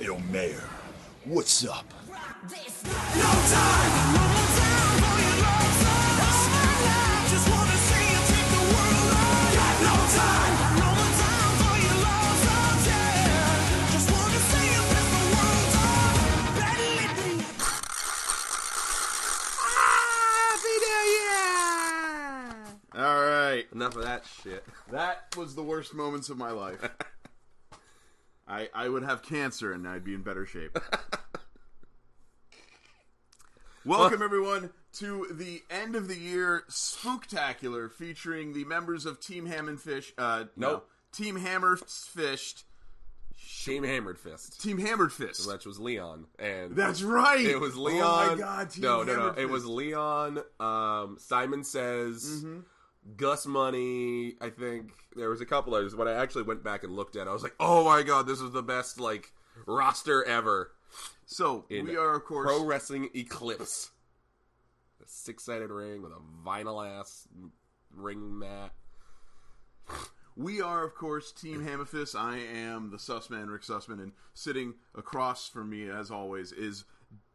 Yo, Mayor, what's up? All right. Enough of that shit. That was the worst moments of my life. I I would have cancer and I'd be in better shape. Welcome everyone to the end of the year spooktacular featuring the members of Team Ham and Fish uh no, Nope. Team Hammer Fished, Team Hammered Fist, Team Hammered Fist. which was Leon, and That's right. It was Leon. Oh my god, Team no, no, no. Hammered It was Fist. Mm-hmm. Leon. Um, Simon says, Gus Money. I think there was a couple others. When I actually went back and looked at, it, I was like, oh my god, this is the best like roster ever. So, in we are of course Pro Wrestling Eclipse, a six-sided ring with a vinyl ass ring mat. We are, of course, Team Hamifist. I am the Sussman, Rick Sussman, and sitting across from me, as always, is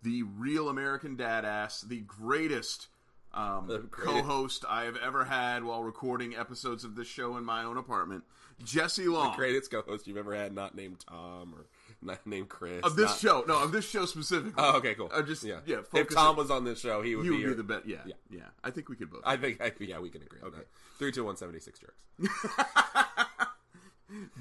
the real American dadass, the greatest, um, The greatest. co-host I have ever had while recording episodes of this show in my own apartment, Jesse Long. Greatest co-host you've ever had, not named Tom or not named Chris. of this not- show, no, of this show specifically. Oh, okay, cool. I Uh, just- yeah, if focus- Tom was on this show, he would you be, would here. be the best. Yeah, Yeah. yeah, I think we could both. I think, I, yeah, we can agree. on that. Three, two, one, seventy-six jerks.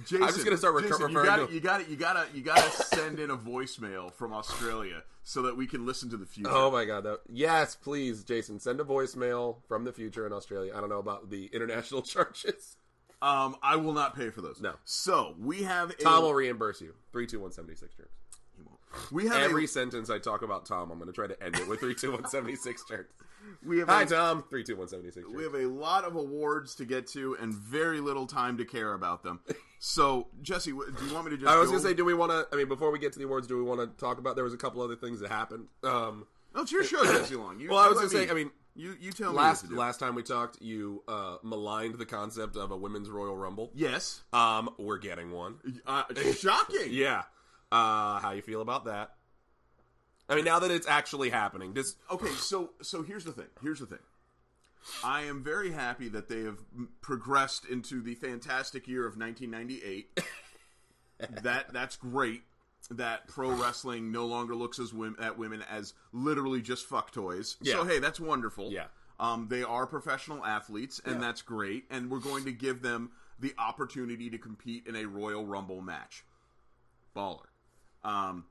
Jason, I'm just gonna start recur- Jason, you referring gotta, to- You got You got to. You got to send in a voicemail from Australia so that we can listen to the future. Oh my god! That, yes, please, Jason, send a voicemail from the future in Australia. I don't know about the international charges. Um, I will not pay for those. No. So we have a, Tom will reimburse you. Three, two, one, seventy-six jerks. we have Every a, sentence I talk about Tom, I'm going to try to end it with three, two, one, seventy-six jerks. we have Hi, a, Tom. Three, two, one, seventy-six. we Jerks. have a lot of awards to get to and very little time to care about them. So Jesse, wh- do you want me to just? I was go going to say, over- do we want to? I mean, before we get to the awards, do we want to talk about? There was a couple other things that happened. Um, no, it's your show, Jesse Long. You, well, I you was going let to say, I mean, you you tell last me what to do. last time we talked, you uh, maligned the concept of a women's Royal Rumble. Yes, Um, we're getting one. uh, shocking. Yeah. Uh, how you feel about that? I mean, now that it's actually happening, just Okay, so so here's the thing. Here's the thing. I am very happy that they have m- progressed into the fantastic year of 1998. that that's great. That pro wrestling no longer looks as women, at women as literally just fuck toys. Yeah. So hey, that's wonderful. Yeah. Um, they are professional athletes, and Yeah. that's great. And we're going to give them the opportunity to compete in a Royal Rumble match. Baller. Um,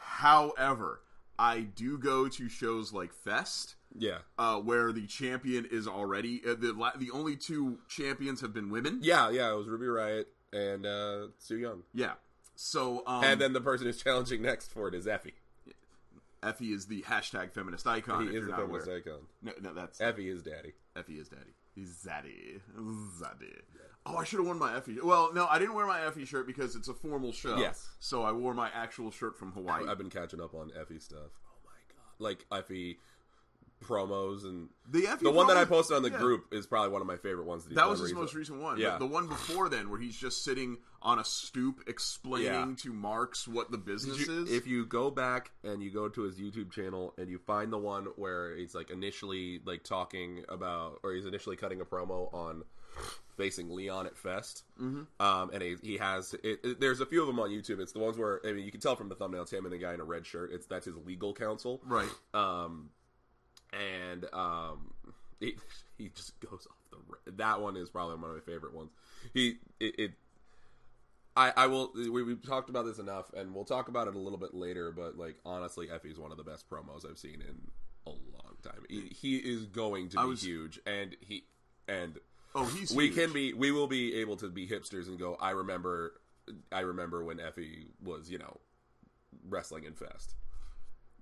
However, I do go to shows like Fest, yeah, uh, where the champion is already uh, the la- the only two champions have been women. yeah, yeah. It was Ruby Riot and uh, Sue Young, Yeah. So um, and then the person who's challenging next for it is Effie. Effie is the hashtag feminist icon. Uh, if He is you're the not feminist aware. icon. No, no, that's Effie is daddy. Effie is daddy. He's zaddy, zaddy. Oh, I should have worn my Effie. Well, no, I didn't wear my Effie shirt because it's a formal show. Yes. So I wore my actual shirt from Hawaii. I've been catching up on Effie stuff. Oh my god! Like Effie promos and The Effie the one that I promo- posted on the yeah. group is probably one of my favorite ones. he's That done was his recently. most recent one. Yeah. The one before then, where he's just sitting on a stoop explaining Yeah. to Marx what the business Did you- is. if you go back and you go to his YouTube channel and you find the one where he's like initially like talking about, or he's initially cutting a promo on facing Leon at Fest, mm-hmm. um, and he, he has it, it- there's a few of them on YouTube. It's the ones where I mean you can tell from the thumbnail it's him and a guy in a red shirt. It's that's his legal counsel, right. Uh, um, and um, he, he just goes off the. ra- That one is probably one of my favorite ones. He it. it I, I will we, we've talked about this enough and we'll talk about it a little bit later but like honestly effie's one of the best promos i've seen in a long time he, he is going to I be was- huge and he and Oh, he's we huge. can be we will be able to be hipsters and go i remember i remember when effie was you know wrestling in fest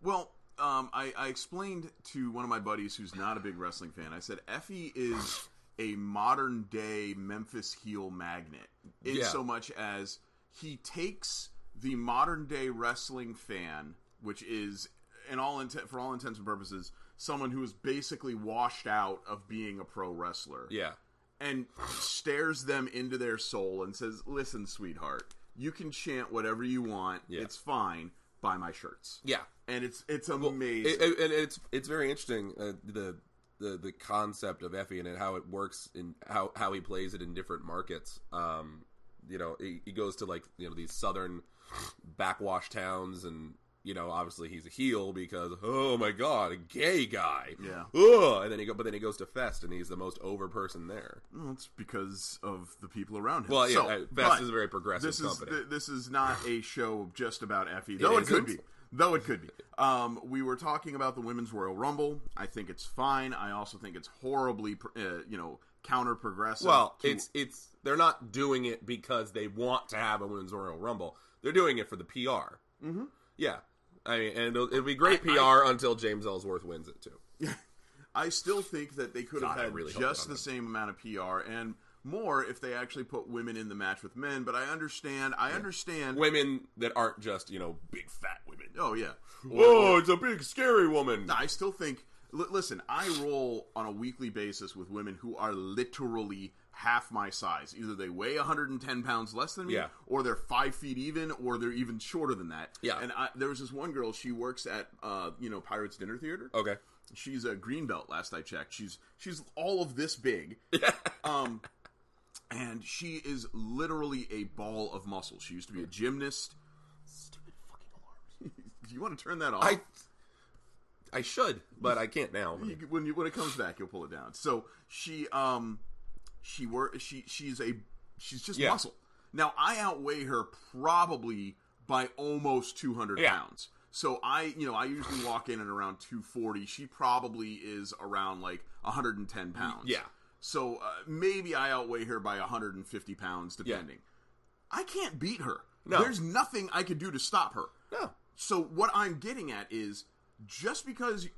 Well, um, I, I explained to one of my buddies who's not a big wrestling fan. I said Effie is a modern day Memphis heel magnet, in Yeah. so much as he takes the modern day wrestling fan, which is, in all intent for all intents and purposes, someone who is basically washed out of being a pro wrestler. yeah and stares them into their soul and says, "Listen, sweetheart, You can chant whatever you want. Yeah. It's fine. Buy my shirts. Yeah, And it's it's It- amazing. it- and it's it's very interesting uh, the the the concept of Effie and how it works and how how he plays it in different markets. Um, you know, he, he goes to like you know these southern backwash towns, and you know obviously he's a heel because oh my god, a gay guy. Yeah. Ugh! And then he go, but then he goes to Fest, and he's the most over person there. Well, it's because of the people around him. Well, yeah, So, uh, but Fest is a very progressive this is company. th- this is not a show just about Effie, though it, could be. isn't? Though it could be. Um, we were talking about the Women's Royal Rumble. I think it's fine. I also think it's horribly, pr- uh, you know, counter progressive. Well, it's it's they're not doing it because they want to have a women's Royal Rumble. They're doing it for the PR. Mm-hmm. Yeah, I mean, and it'll, it'll be great PR until James Ellsworth wins it too. I still think that they could God, I have had really hope just not. the same amount of PR and more if they actually put women in the match with men. But I understand. I understand. Women that aren't just you know big fat women. oh yeah. Oh, it's a big scary woman. No, I still think. L- listen, I roll on a weekly basis with women who are literally half my size. Either they weigh 110 pounds less than me, Yeah. or they're five feet even, or they're even shorter than that. Yeah. And I, there was this one girl. She works at uh, you know Pirates Dinner Theater. Okay, She's a greenbelt. Last I checked, she's she's all of this big. um, and she is literally a ball of muscle. She used to be a gymnast. Stupid fucking alarms. Do you want to turn that off? I I should, but I can't now. You- when you when it comes back, you'll pull it down. So she um she were she she's a she's just Yeah. muscle. Now I outweigh her probably by almost two hundred Yeah. pounds. So I you know I usually walk in at around two forty. She probably is around like one hundred and ten pounds. Yeah. So uh, maybe I outweigh her by 150 pounds, Yeah. depending. I can't beat her. No. There's nothing I could do to stop her. No, So what I'm getting at is just because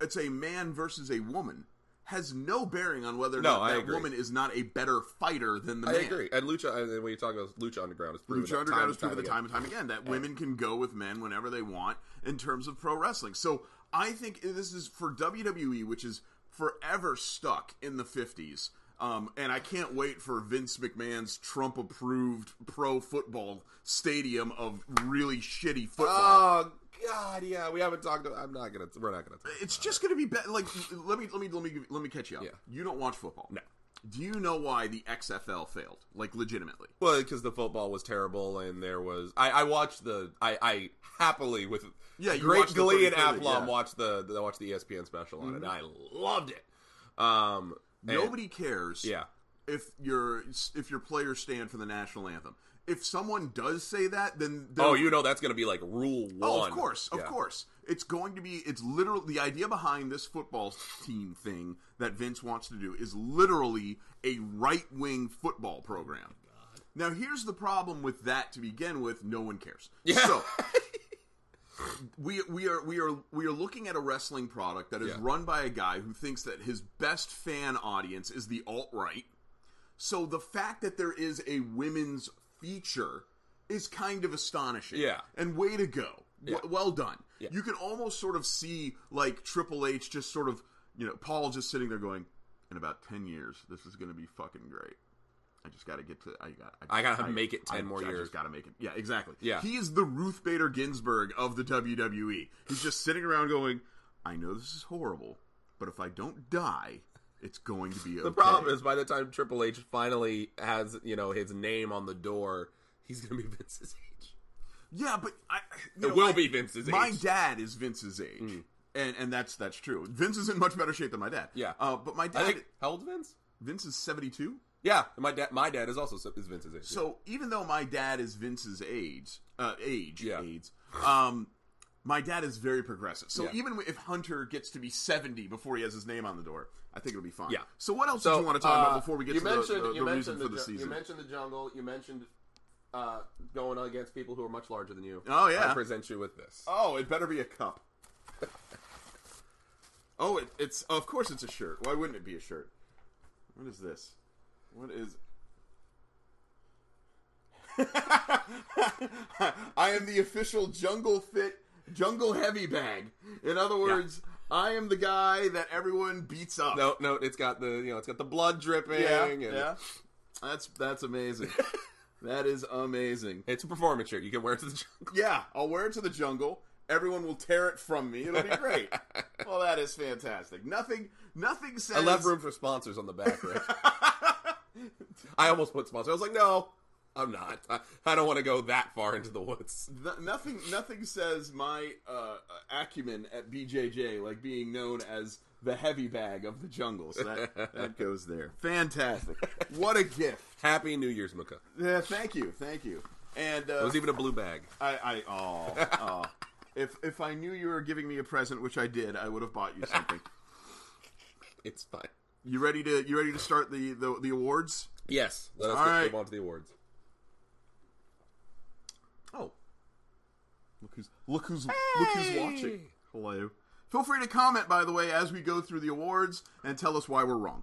it's a man versus a woman has no bearing on whether or No, not I that agree. woman is not a better fighter than the I man. agree. And Lucha, and when you talk about Lucha Underground, it's proven Lucha that Underground time has and time proven the again. time and time again that women can go with men whenever they want in terms of pro wrestling. So I think this is for WWE, which is forever stuck in the 50s. Um, and I can't wait for Vince McMahon's Trump approved pro football stadium of really shitty football. Oh God, yeah, we haven't talked. About, I'm not gonna. We're not gonna. Talk It's just going to be better. Like, let me let me let me let me catch you up. Yeah. You don't watch football. No. Do you know why the XFL failed? Like, legitimately. Well, because the football was terrible, and there was I, I watched the I, I happily with Yeah, you great watched the glee and 33, aplomb yeah. Mm-hmm. watched the, the watched the E ESPN special on it, and I loved it. Um, and- Nobody cares. yeah, if your if your players stand for the national anthem. If someone does say that, then they're- oh, you know that's going to be like rule one. Oh, of course, of Yeah. course, it's going to be. It's literally the idea behind this football team thing that Vince wants to do is literally a right wing football Oh program. Now, here's the problem with that to begin with: no one cares. Yeah. So, we we are we are we are looking at a wrestling product that is Yeah. run by a guy who thinks that his best fan audience is the alt right. So the fact that there is a women's feature is kind of astonishing. Yeah. and way to go. W- well done. Yeah. You can almost sort of see like Triple H just sort of you know Paul just sitting there going, in about ten years this is going to be fucking great. I just got to get to. I got. I gotta make it 10 more I years. just got to make it. Yeah, exactly. Yeah. he is the Ruth Bader Ginsburg of the WWE. He's just sitting around going, "I know this is horrible, but if I don't die, it's going to be okay." The problem is by the time Triple H finally has you know his name on the door, he's going to be Vince's age. yeah, but I you It know, will I- be Vince's age. Mm. My dad is Vince's age, and and that's that's true. Vince is in much better shape than my dad. Yeah. uh, but my dad, I think how old's Vince? Vince is seventy two. Yeah, my dad. My dad is also is Vince's age. So even though my dad is Vince's age, uh, age, Yeah. AIDS, um, my dad is very progressive. So Yeah. even if Hunter gets to be seventy before he has his name on the door, I think it'll be fine. Yeah. So what else So, did you want to talk uh, about before we get you to the, mentioned- the, you the mentioned reason for the ju- season? You mentioned the jungle. You mentioned uh, going against people who are much larger than you. Oh, yeah. I present you with this. oh, it better be a cup. oh, it, it's of course it's a shirt. Why wouldn't it be a shirt? What is this? What is? I am the official jungle fit, jungle heavy bag. In other words, I am the guy that everyone beats up. No, no, it's got the you know, it's got the blood dripping. yeah, and yeah. That's that's amazing. That is amazing. It's a performance shirt. You can wear it to the jungle. Yeah, I'll wear it to the jungle. Everyone will tear it from me. It'll be great. well, that is fantastic. Nothing, nothing says. I left room for sponsors on the back, Rick. I almost put sponsors. I was like, no, I'm not. I, I don't want to go that far into the woods. Th- nothing, nothing says my uh, acumen at BJJ like being known as the heavy bag of the jungle. So that, that goes there. Fantastic. What a gift. Happy New Year's, Mika. Yeah, thank you, thank you. And It uh, was even a blue bag. I, I oh, oh. if if I knew you were giving me a present, which I did, I would have bought you something. It's fine. you ready to you ready to start the the, the awards? Yes. Let us All get- right. move on to the awards. Oh, look who's look who's look who's Hey! watching. Hello. Feel free to comment, by the way, as we go through the awards and tell us why we're wrong.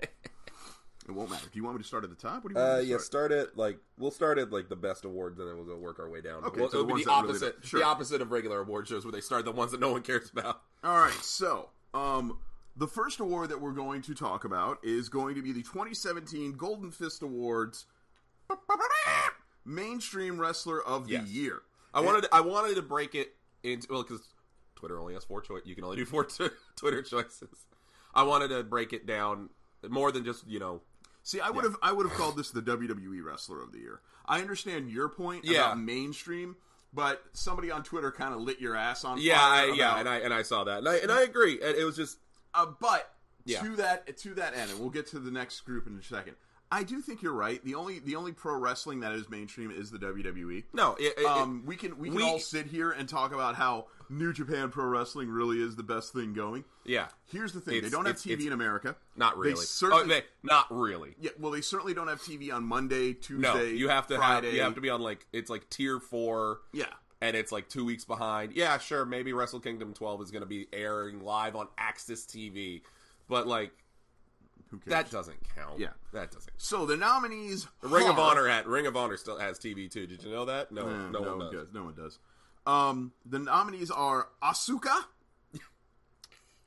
it won't matter. Do you want me to start at the top? What do you want Uh, me to yeah, start? start at like we'll start at like the best awards, and then we'll go work our way down. Okay, Well, so it'll the ones be the that really opposite, don't- sure. the opposite of regular award shows where they start the ones that no one cares about. All right, so um, the first award that we're going to talk about is going to be the 2017 Golden Fist Awards Mainstream Wrestler of the Yes. Year. I wanted I wanted to break it into well because Twitter only has four choice. You can only do four t- Twitter choices. I wanted to break it down more than just you know. See, I would have I would have called this the WWE Wrestler of the Year. I understand your point Yeah. about mainstream, but somebody on Twitter kind of lit your ass on Yeah, fire. I, yeah, about- and I and I saw that, and I and I agree. And it was just Uh, but Yeah. to that to that end, and we'll get to the next group in a second. I do think you're right. The only the only pro wrestling that is mainstream is the WWE. no. It, it- um, we can we can we- all sit here and talk about how New Japan Pro Wrestling really is the best thing going. yeah, Here's the thing: they It's- don't have it's- TV it's- in America. not really. They oh, certainly, they, not really. yeah. Well, they certainly don't have TV on Monday, Tuesday. No, you have to Friday. have you have to be on like it's like tier four. Yeah. and it's like two weeks behind. Yeah, sure, maybe Wrestle Kingdom 12 is going to be airing live on Axis TV, but like Who cares? that doesn't count. Yeah. that doesn't. so the nominees: Ring of are- Honor at Ring of Honor still has TV too. Did you know that? No, Eh, no, one does. No one does. Um, the nominees are Asuka,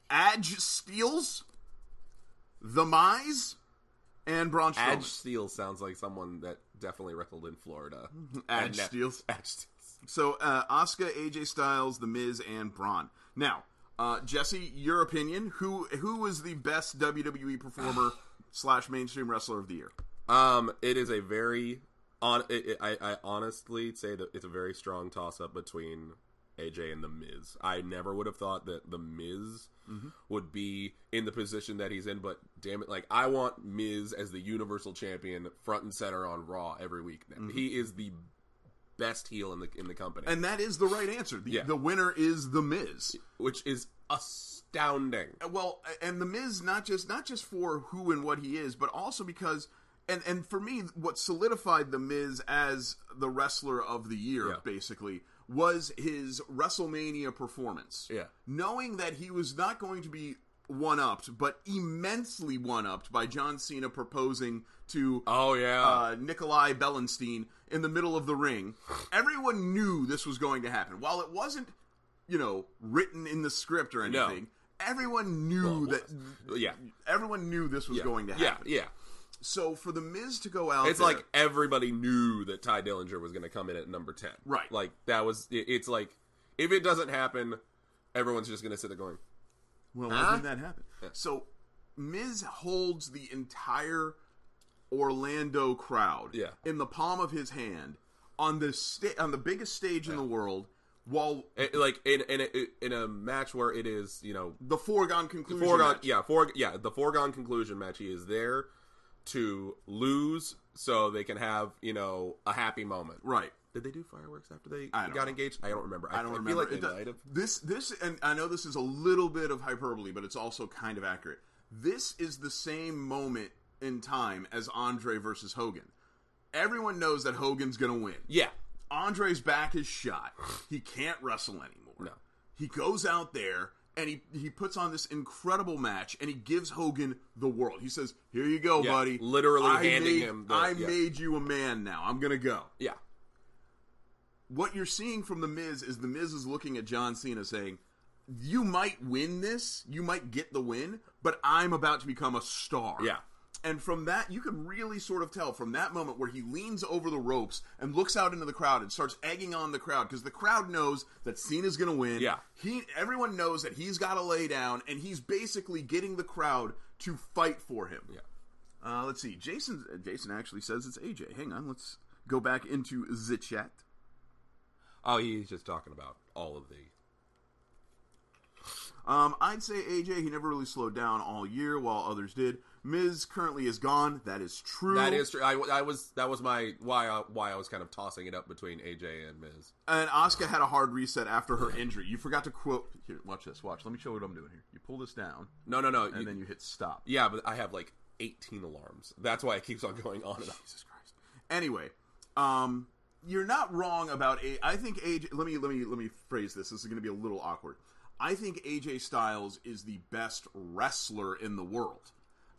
Adge Steels, The Mize, and Braun Strowman. Adge Steele sounds like someone that definitely wrestled in Florida. Adge And that- Steels. Adge Steels. So, uh, Asuka, AJ Styles, The Miz, and Braun. Now, uh, Jesse, your opinion. Who who was the best WWE performer slash mainstream wrestler of the year? Um, it is a very on. It, it, I, I honestly say that it's a very strong toss up between AJ and the Miz. I never would have thought that the Miz Mm-hmm. would be in the position that he's in, but damn it, like I want Miz as the Universal Champion front and center on Raw every week. now. He is the best heel in the in the company, Mm-hmm. And that is the right answer. The, Yeah. the winner is The Miz. which is astounding. well and the miz not just not just for who and what he is but also because and and for me what solidified the miz as the wrestler of the year Yeah. basically was his wrestlemania performance Yeah. knowing that he was not going to be one upped but immensely one upped by john cena proposing to Oh yeah, uh, Nikolai Bellenstein in the middle of the ring. Everyone knew this was going to happen. While it wasn't, you know, written in the script or No. anything, everyone knew that yeah, everyone knew this was Uh, going to yeah, happen. yeah. So for the Miz to go out, It's there- like everybody knew that Ty Dillinger was going to come in at number 10. Right. Like, that was, it- it's like, if it doesn't happen, everyone's just going to sit there going, well, why didn't that happen? So Miz holds the entire Orlando crowd Yeah. in the palm of his hand on the sta- on the biggest stage in the world. While it- eh, like, in, in, a, in a match where it is, you know, the foregone conclusion, foregone, match. yeah, for, yeah, the foregone conclusion match, he is there to lose so they can have, you know, a happy moment. right? Did they do fireworks after they I don't got know. engaged? I don't remember. I don't feel remember. like It they does- might have. This this and I know this is a little bit of hyperbole, but it's also kind of accurate. This is the same moment in time as Andre versus Hogan. Everyone knows that Hogan's going to win. Yeah. Andre's back is shot. He can't wrestle anymore. No. He goes out there and he he puts on this incredible match and he gives Hogan the world. He says, "Here you go, Yeah, buddy." literally handing made, him the- I yeah. made you a man now. I'm going to go Yeah. what you're seeing from the Miz is the Miz is looking at John Cena saying, "You might win this, you might get the win, but I'm about to become a star. Yeah. And from that, you can really sort of tell from that moment where he leans over the ropes and looks out into the crowd and starts egging on the crowd because the crowd knows that Cena's going to win. Yeah. he everyone knows that he's got to lay down, and he's basically getting the crowd to fight for him. Yeah. Uh, let's see. Jason uh, Jason actually says it's AJ. Hang on. Let's go back into the chat. Oh, he's just talking about all of the Um, I'd say AJ. He never really slowed down all year, while others did. Miz currently is gone. That is true. That is true. I, I was that was my why I, why I was kind of tossing it up between AJ and Miz. And Asuka had a hard reset after her injury. You forgot to quote. Here, watch this. Watch. Let me show you what I'm doing here. You pull this down, No, no, no. and you- then you hit stop. yeah, but I have like 18 alarms. That's why it keeps on going on and on. Jesus Christ. Anyway, um, you're not wrong about a. I think AJ. Let me let me let me phrase this. This is going to be a little awkward. I think AJ Styles is the best wrestler in the world.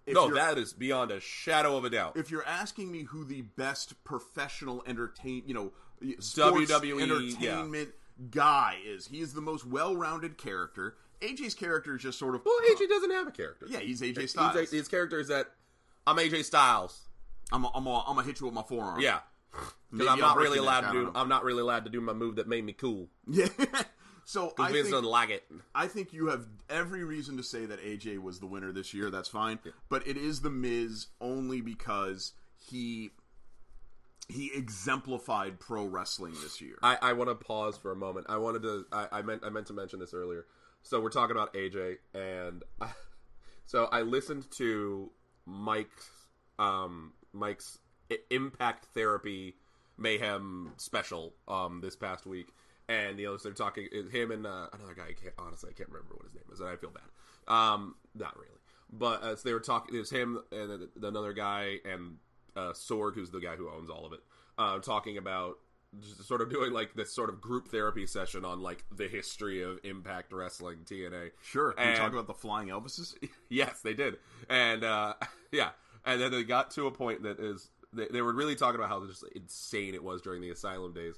If No, you're- that is beyond a shadow of a doubt. If you're asking me who the best professional entertain, you know, sports WWE, entertainment guy is, he is the most well-rounded character. AJ's character is just sort of uh, well, AJ doesn't have a character. Yeah, he's AJ He's- Styles. his character is that I'm AJ Styles. I'm a, I'm a, I'm a hit you with my forearm. Yeah, Maybe because I'm I'll not break really your allowed neck, to I don't do. know. I'm not really allowed to do my move that made me cool. Yeah. so I Because Miz think, doesn't like it. I think you have every reason to say that AJ was the winner this year. That's fine, but it is the Miz only because he he exemplified pro wrestling this year. I, I want to pause for a moment. I wanted to. I, I meant. I meant to mention this earlier. So we're talking about AJ, and I, so I listened to Mike's um, Mike's I- Impact Therapy Mayhem special um, this past week, and you know so they're talking it's him and uh, another guy. I can't, honestly, I can't remember what his name is, and I feel bad. Um, not really, but uh, so they were talking. It was him and then another guy and uh, Sorg, who's the guy who owns all of it, uh, talking about just sort of doing like this sort of group therapy session on like the history of Impact Wrestling TNA. Sure. Can we And- talk about the flying Elvises? Yes, they did, and uh, yeah, and then they got to a point that is they, they were really talking about how just insane it was during the asylum days,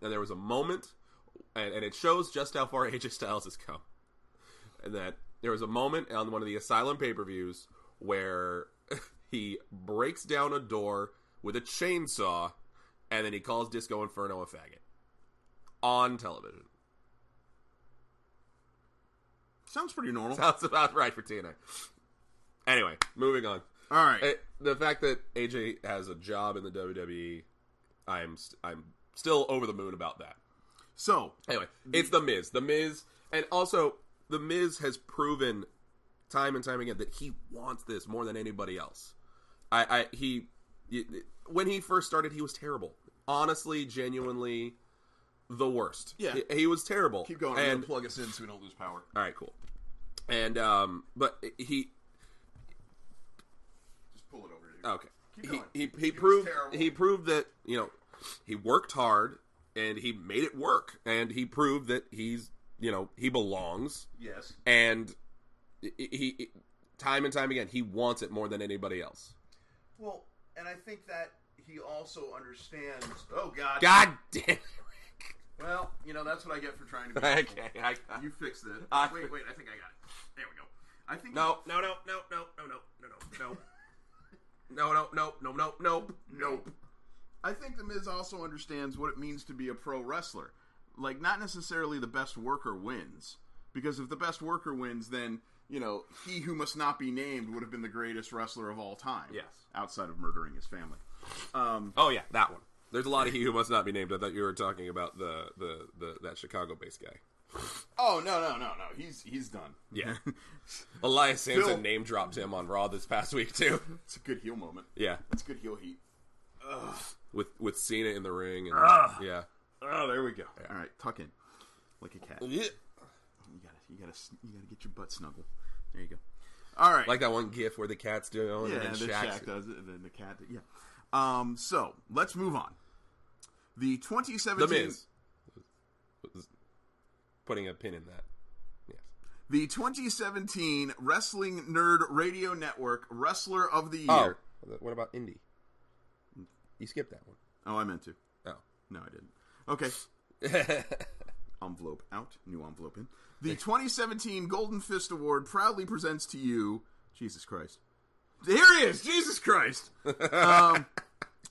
and there was a moment, and, and it shows just how far AJ Styles has come, and that there was a moment on one of the asylum pay per views where he breaks down a door with a chainsaw, and then he calls Disco Inferno a faggot on television. Sounds pretty normal. Sounds about right for TNA. Anyway, moving on. All right. It- Eh, the fact that AJ has a job in the WWE, I'm st- I'm still over the moon about that. So, Anyway, it's the Miz. The Miz, and also the Miz has proven time and time again that he wants this more than anybody else. I, I he y- when he first started, he was terrible. Honestly, genuinely, the worst. Yeah. he, he was terrible. keep going. I'm And gonna plug us in so we don't lose power. all right, cool. And um, but he Just pull it over here. Okay. Keep He, going. he, It he was proved terrible. he proved that you know he worked hard and he made it work and he proved that he's you know he belongs Yes. and he, he he- time and time again he wants it more than anybody else. Well, and I think that he also understands. Oh God. God damn. Well, you know that's what I get for trying to. Be okay. helpful. I, You fixed it. I- wait, wait. I think I got it. There we go. I think. no no no no no no no no no no no no no no no Nope. I think the Miz also understands what it means to be a pro wrestler. Like, not necessarily the best worker wins, because if the best worker wins, then you know he who must not be named would have been the greatest wrestler of all time. Yes. outside of murdering his family. Um, Oh yeah, that one. There's a lot of he who must not be named. I thought you were talking about the the, the that Chicago based guy. oh no, no, no, no. He's he's done. Yeah. Elias Sampson Phil- name dropped him on Raw this past week too. It's a good heel moment. Yeah. It's good heel heat. With with Cena in the ring and yeah. Oh, there we go. All right, tuck in like a cat. You gotta, you gotta, sn- you gotta get your butt snuggled. There you go. All right. Like that one gif where the cat's doing Yeah, it and the Shaq's- Shaq does it, and then the cat. Yeah. Um. So let's move on. The 2017, The Miz. Putting a pin in that. Yes. the 2017 Wrestling Nerd Radio Network Wrestler of the Oh. Year. What about Indy? You skipped that one. Oh, I meant to. Oh. No, I didn't. Okay. envelope out, new envelope in. The 2017 Golden Fist Award proudly presents to you, Jesus Christ, Here he is, Jesus Christ. Um,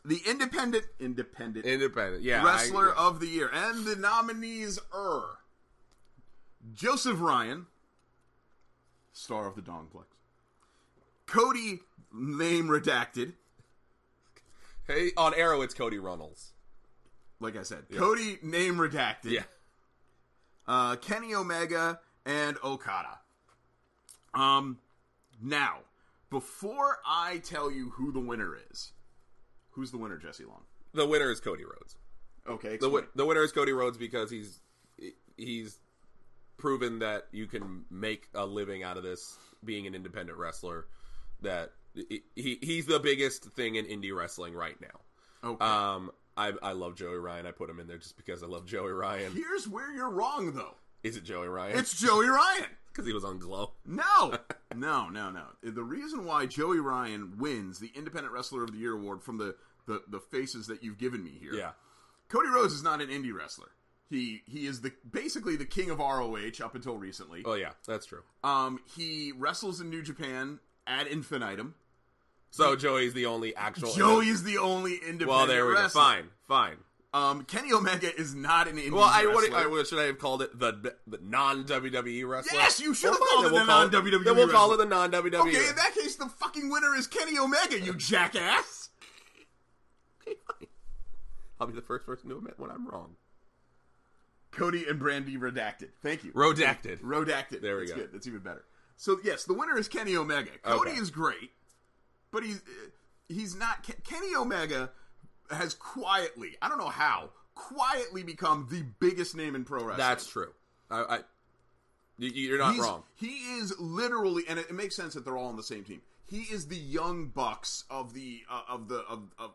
the independent, independent Independent. Yeah. I- wrestler of the year, and the nominees are Joseph Ryan, star of the Dongplex, Cody, name redacted. Hey, on Arrow, it's Cody Runnels. Like I said, Cody, name redacted. uh, Kenny Omega and Okada. Um, now, before I tell you who the winner is, who's the winner, Jesse Long? The winner is Cody Rhodes. Okay, The, explain. win- the winner is Cody Rhodes because he's he's proven that you can make a living out of this being an independent wrestler. That he, he he's the biggest thing in indie wrestling right now. okay. Um, I I love Joey Ryan. I put him in there just because I love Joey Ryan. Here's where you're wrong, though. Is it Joey Ryan? It's Joey Ryan. Because he was on Glow. No, no, no, no. The reason why Joey Ryan wins the Independent Wrestler of the Year award from the the, the faces that you've given me here. Yeah. Cody Rhodes is not an indie wrestler. He he is the basically the king of ROH up until recently. Oh yeah, that's true. Um, he wrestles in New Japan ad infinitum. So Joey's the only actual. Joey is the only independent Well, there we go. wrestler. Fine, fine. Um, Kenny Omega is not an indie Well, I wrestler. would, I would- should I have called it the, the non WWE wrestler? Yes, you should have fine, called then it the call non-WWE Then we'll call it wrestler. the E non WWE. okay, in that case, the fucking winner is Kenny Omega, you jackass. I'll be the first person to admit when I'm wrong. Cody and Brandy redacted. Thank you. Redacted. Redacted. There we That's go. good. That's even better. So yes, the winner is Kenny Omega. Cody Okay. is great, but he's uh, he's not. Ke- Kenny Omega has quietly, I don't know how, quietly become the biggest name in pro wrestling. That's true. I, I you, you're not He's- wrong. He is literally, and it, it makes sense that they're all on the same team. He is the young bucks of the uh, of the of, of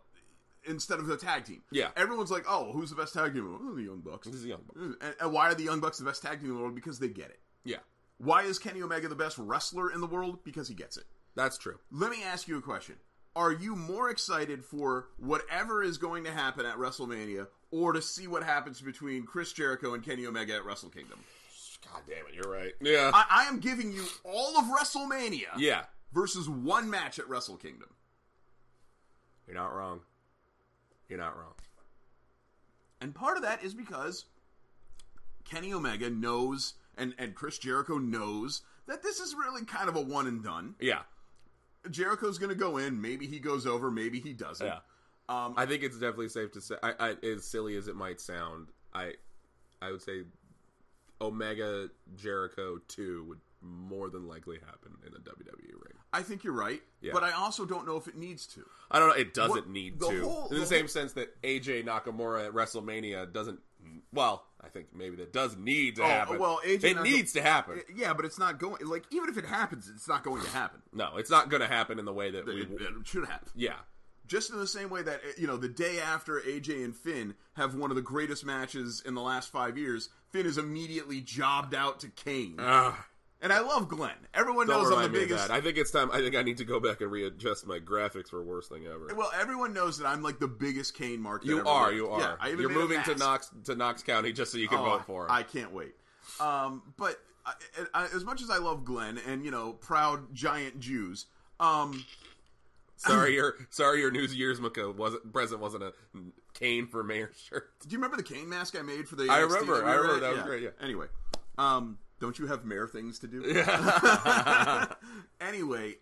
instead of the tag team. Yeah. everyone's like, oh, who's the best tag team? in the world? Oh, the young bucks. This is Young Bucks. And, and why are the young bucks the best tag team in the world? Because they get it. Yeah, Why is Kenny Omega the best wrestler in the world? Because he gets it. that's true. Let me ask you a question. Are you more excited for whatever is going to happen at WrestleMania or to see what happens between Chris Jericho and Kenny Omega at Wrestle Kingdom? God damn it, you're right. Yeah, I, I am giving you all of WrestleMania yeah, versus one match at Wrestle Kingdom. you're not wrong. You're not wrong. And part of that is because Kenny Omega knows and, and Chris Jericho knows that this is really kind of a one and done. Yeah, Jericho's going to go in. Maybe he goes over. Maybe he doesn't. yeah. Um, I think it's definitely safe to say, I, I, as silly as it might sound, I, I would say, Omega Jericho two would more than likely happen in a WWE ring. I think you're right. Yeah. But I also don't know if it needs to. I don't know. It doesn't What- need the to. whole- in the, the same whole- sense that AJ Nakamura at WrestleMania doesn't. Well, I think maybe that does need to happen. Oh, well, AJ it Nakam- needs to happen. Yeah, but it's not going. Like, even if it happens, it's not going to happen. no, it's not going to happen in the way It, that we. it should happen. yeah, Just in the same way that, you know, the day after AJ and Finn have one of the greatest matches in the last five years, Finn is immediately jobbed out to Kane. Ugh, and I love Glenn. Everyone Uh, don't knows I'm the remind me of biggest. that. I think it's time. I think I need to go back and readjust my graphics for worst thing ever. Well, everyone knows that I'm like the biggest Kane mark. that You ever are, lived. you are. Yeah, I even You're made a moving to mask. Knox to Knox County just so you can Oh, vote for him. I can't wait. Um, but I, I, as much as I love Glenn and you know proud giant Jews, um, sorry, your sorry, your New Year's Maka wasn't present wasn't a cane for mayor shirt. do you remember the Kane mask I made for the? I NXT remember, that we I were remember, at? that was great, yeah. Anyway, um, don't you have mayor things to do? anyway,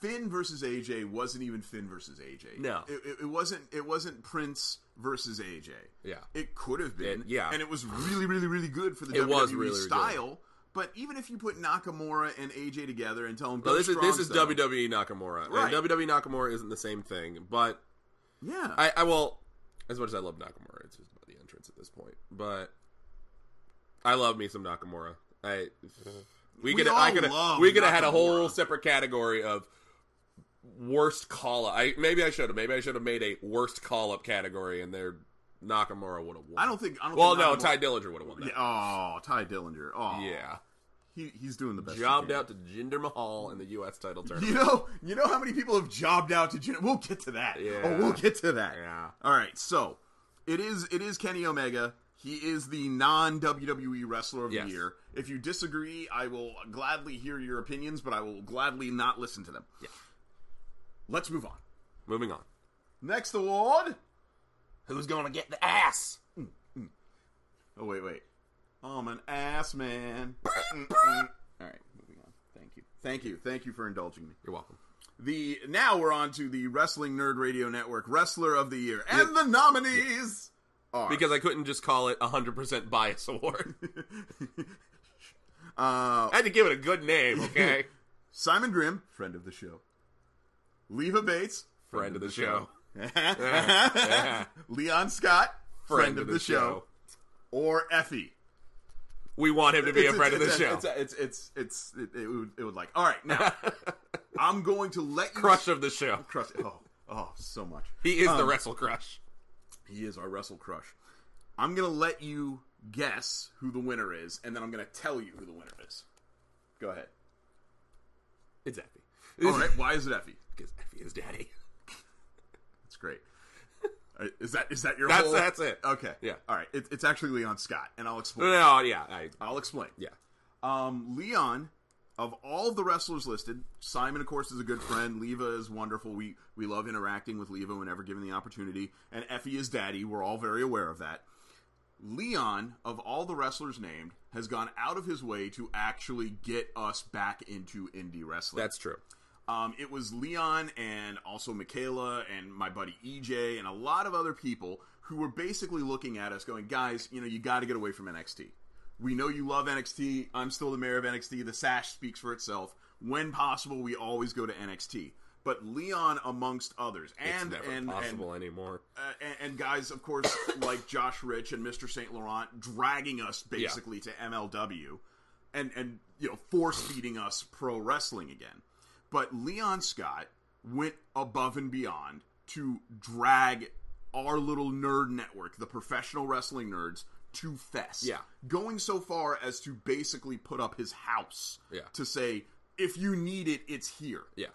Finn versus AJ wasn't even Finn versus AJ. No. it, it, it wasn't. It wasn't Prince versus AJ. Yeah. it could have been. It- yeah. and it was really, really, really good for the It WWE was really, really style. But even if you put Nakamura and AJ together and tell them, No, this is this is style, WWE Nakamura. Right. And WWE Nakamura isn't the same thing, but Yeah, E. I, I will. As much as I love Nakamura, it's just about the entrance at this point. But I love me some Nakamura. I We we could all I could love we could have had a Nakamura. whole separate category of worst call up. I maybe I should have maybe I should have made a worst call up category, and there Nakamura would have won. I don't think. I don't well, no, think Nakamura- Ty Dillinger would have won that. Yeah, oh, Ty Dillinger. Oh, Yeah, he, he's doing the best. he jobbed can. out to Jinder Mahal in the U.S. title tournament. You know, you know how many people have jobbed out to Jinder. We'll get to that. Yeah. Oh, we'll get to that. Yeah. All right. So it is. It is Kenny Omega. He is the non WWE wrestler of Yes. the year. If you disagree, I will gladly hear your opinions, but I will gladly not listen to them. Yeah. Let's move on. Moving on. Next award. Who's gonna get the ass? Oh wait, wait. I'm an ass man. Mm, mm. All right, moving on. Thank you. Thank you. Thank you for indulging me. You're welcome. The now we're on to the Wrestling Nerd Radio Network Wrestler of the Year, and the nominees are Because I couldn't just call it a 100% bias award. uh, I had to give it a good name, okay? Simon Grimm, friend of the show. Leva Bates, Friend of the show. yeah. Leon Scott, friend, of, the, show. or Effie. We want him to be a friend of the it's, show. It's it's it's, it's it, it would it would like. All right, now I'm going to let you Crush of the show. crush. Oh, oh, so much. He is Um, the wrestle crush. He is our wrestle crush. I'm gonna let you guess who the winner is, and then I'm gonna tell you who the winner is. Go ahead. It's Effie. All right. Why is it Effie? Because Effie is daddy. That's great. All right, Is that is that your? That's- whole- that's it. Okay. Yeah. All right. It, it's actually Leon Scott, and I'll explain. No, yeah. I, I'll explain. yeah. Um, Leon, of all the wrestlers listed, Simon, of course, is a good friend. Leva is wonderful. We we love interacting with Leva whenever given the opportunity. And Effie is daddy. We're all very aware of that. Leon, of all the wrestlers named, has gone out of his way to actually get us back into indie wrestling. That's true. Um, it was Leon and also Michaela and my buddy EJ and a lot of other people who were basically looking at us going, guys, you know, you got to get away from NXT. We know you love NXT. I'm still the mayor of NXT. The sash speaks for itself. When possible, we always go to NXT. But Leon, amongst others, and it's never and, and possible anymore. uh, and, and guys, of course, like Josh Rich and Mr. Saint Laurent, dragging us basically to MLW, and and you know force feeding us pro wrestling again. But Leon Scott went above and beyond to drag our little nerd network, the professional wrestling nerds, to fest. Yeah. going so far as to basically put up his house. Yeah. to say if you need it, it's here. Yeah.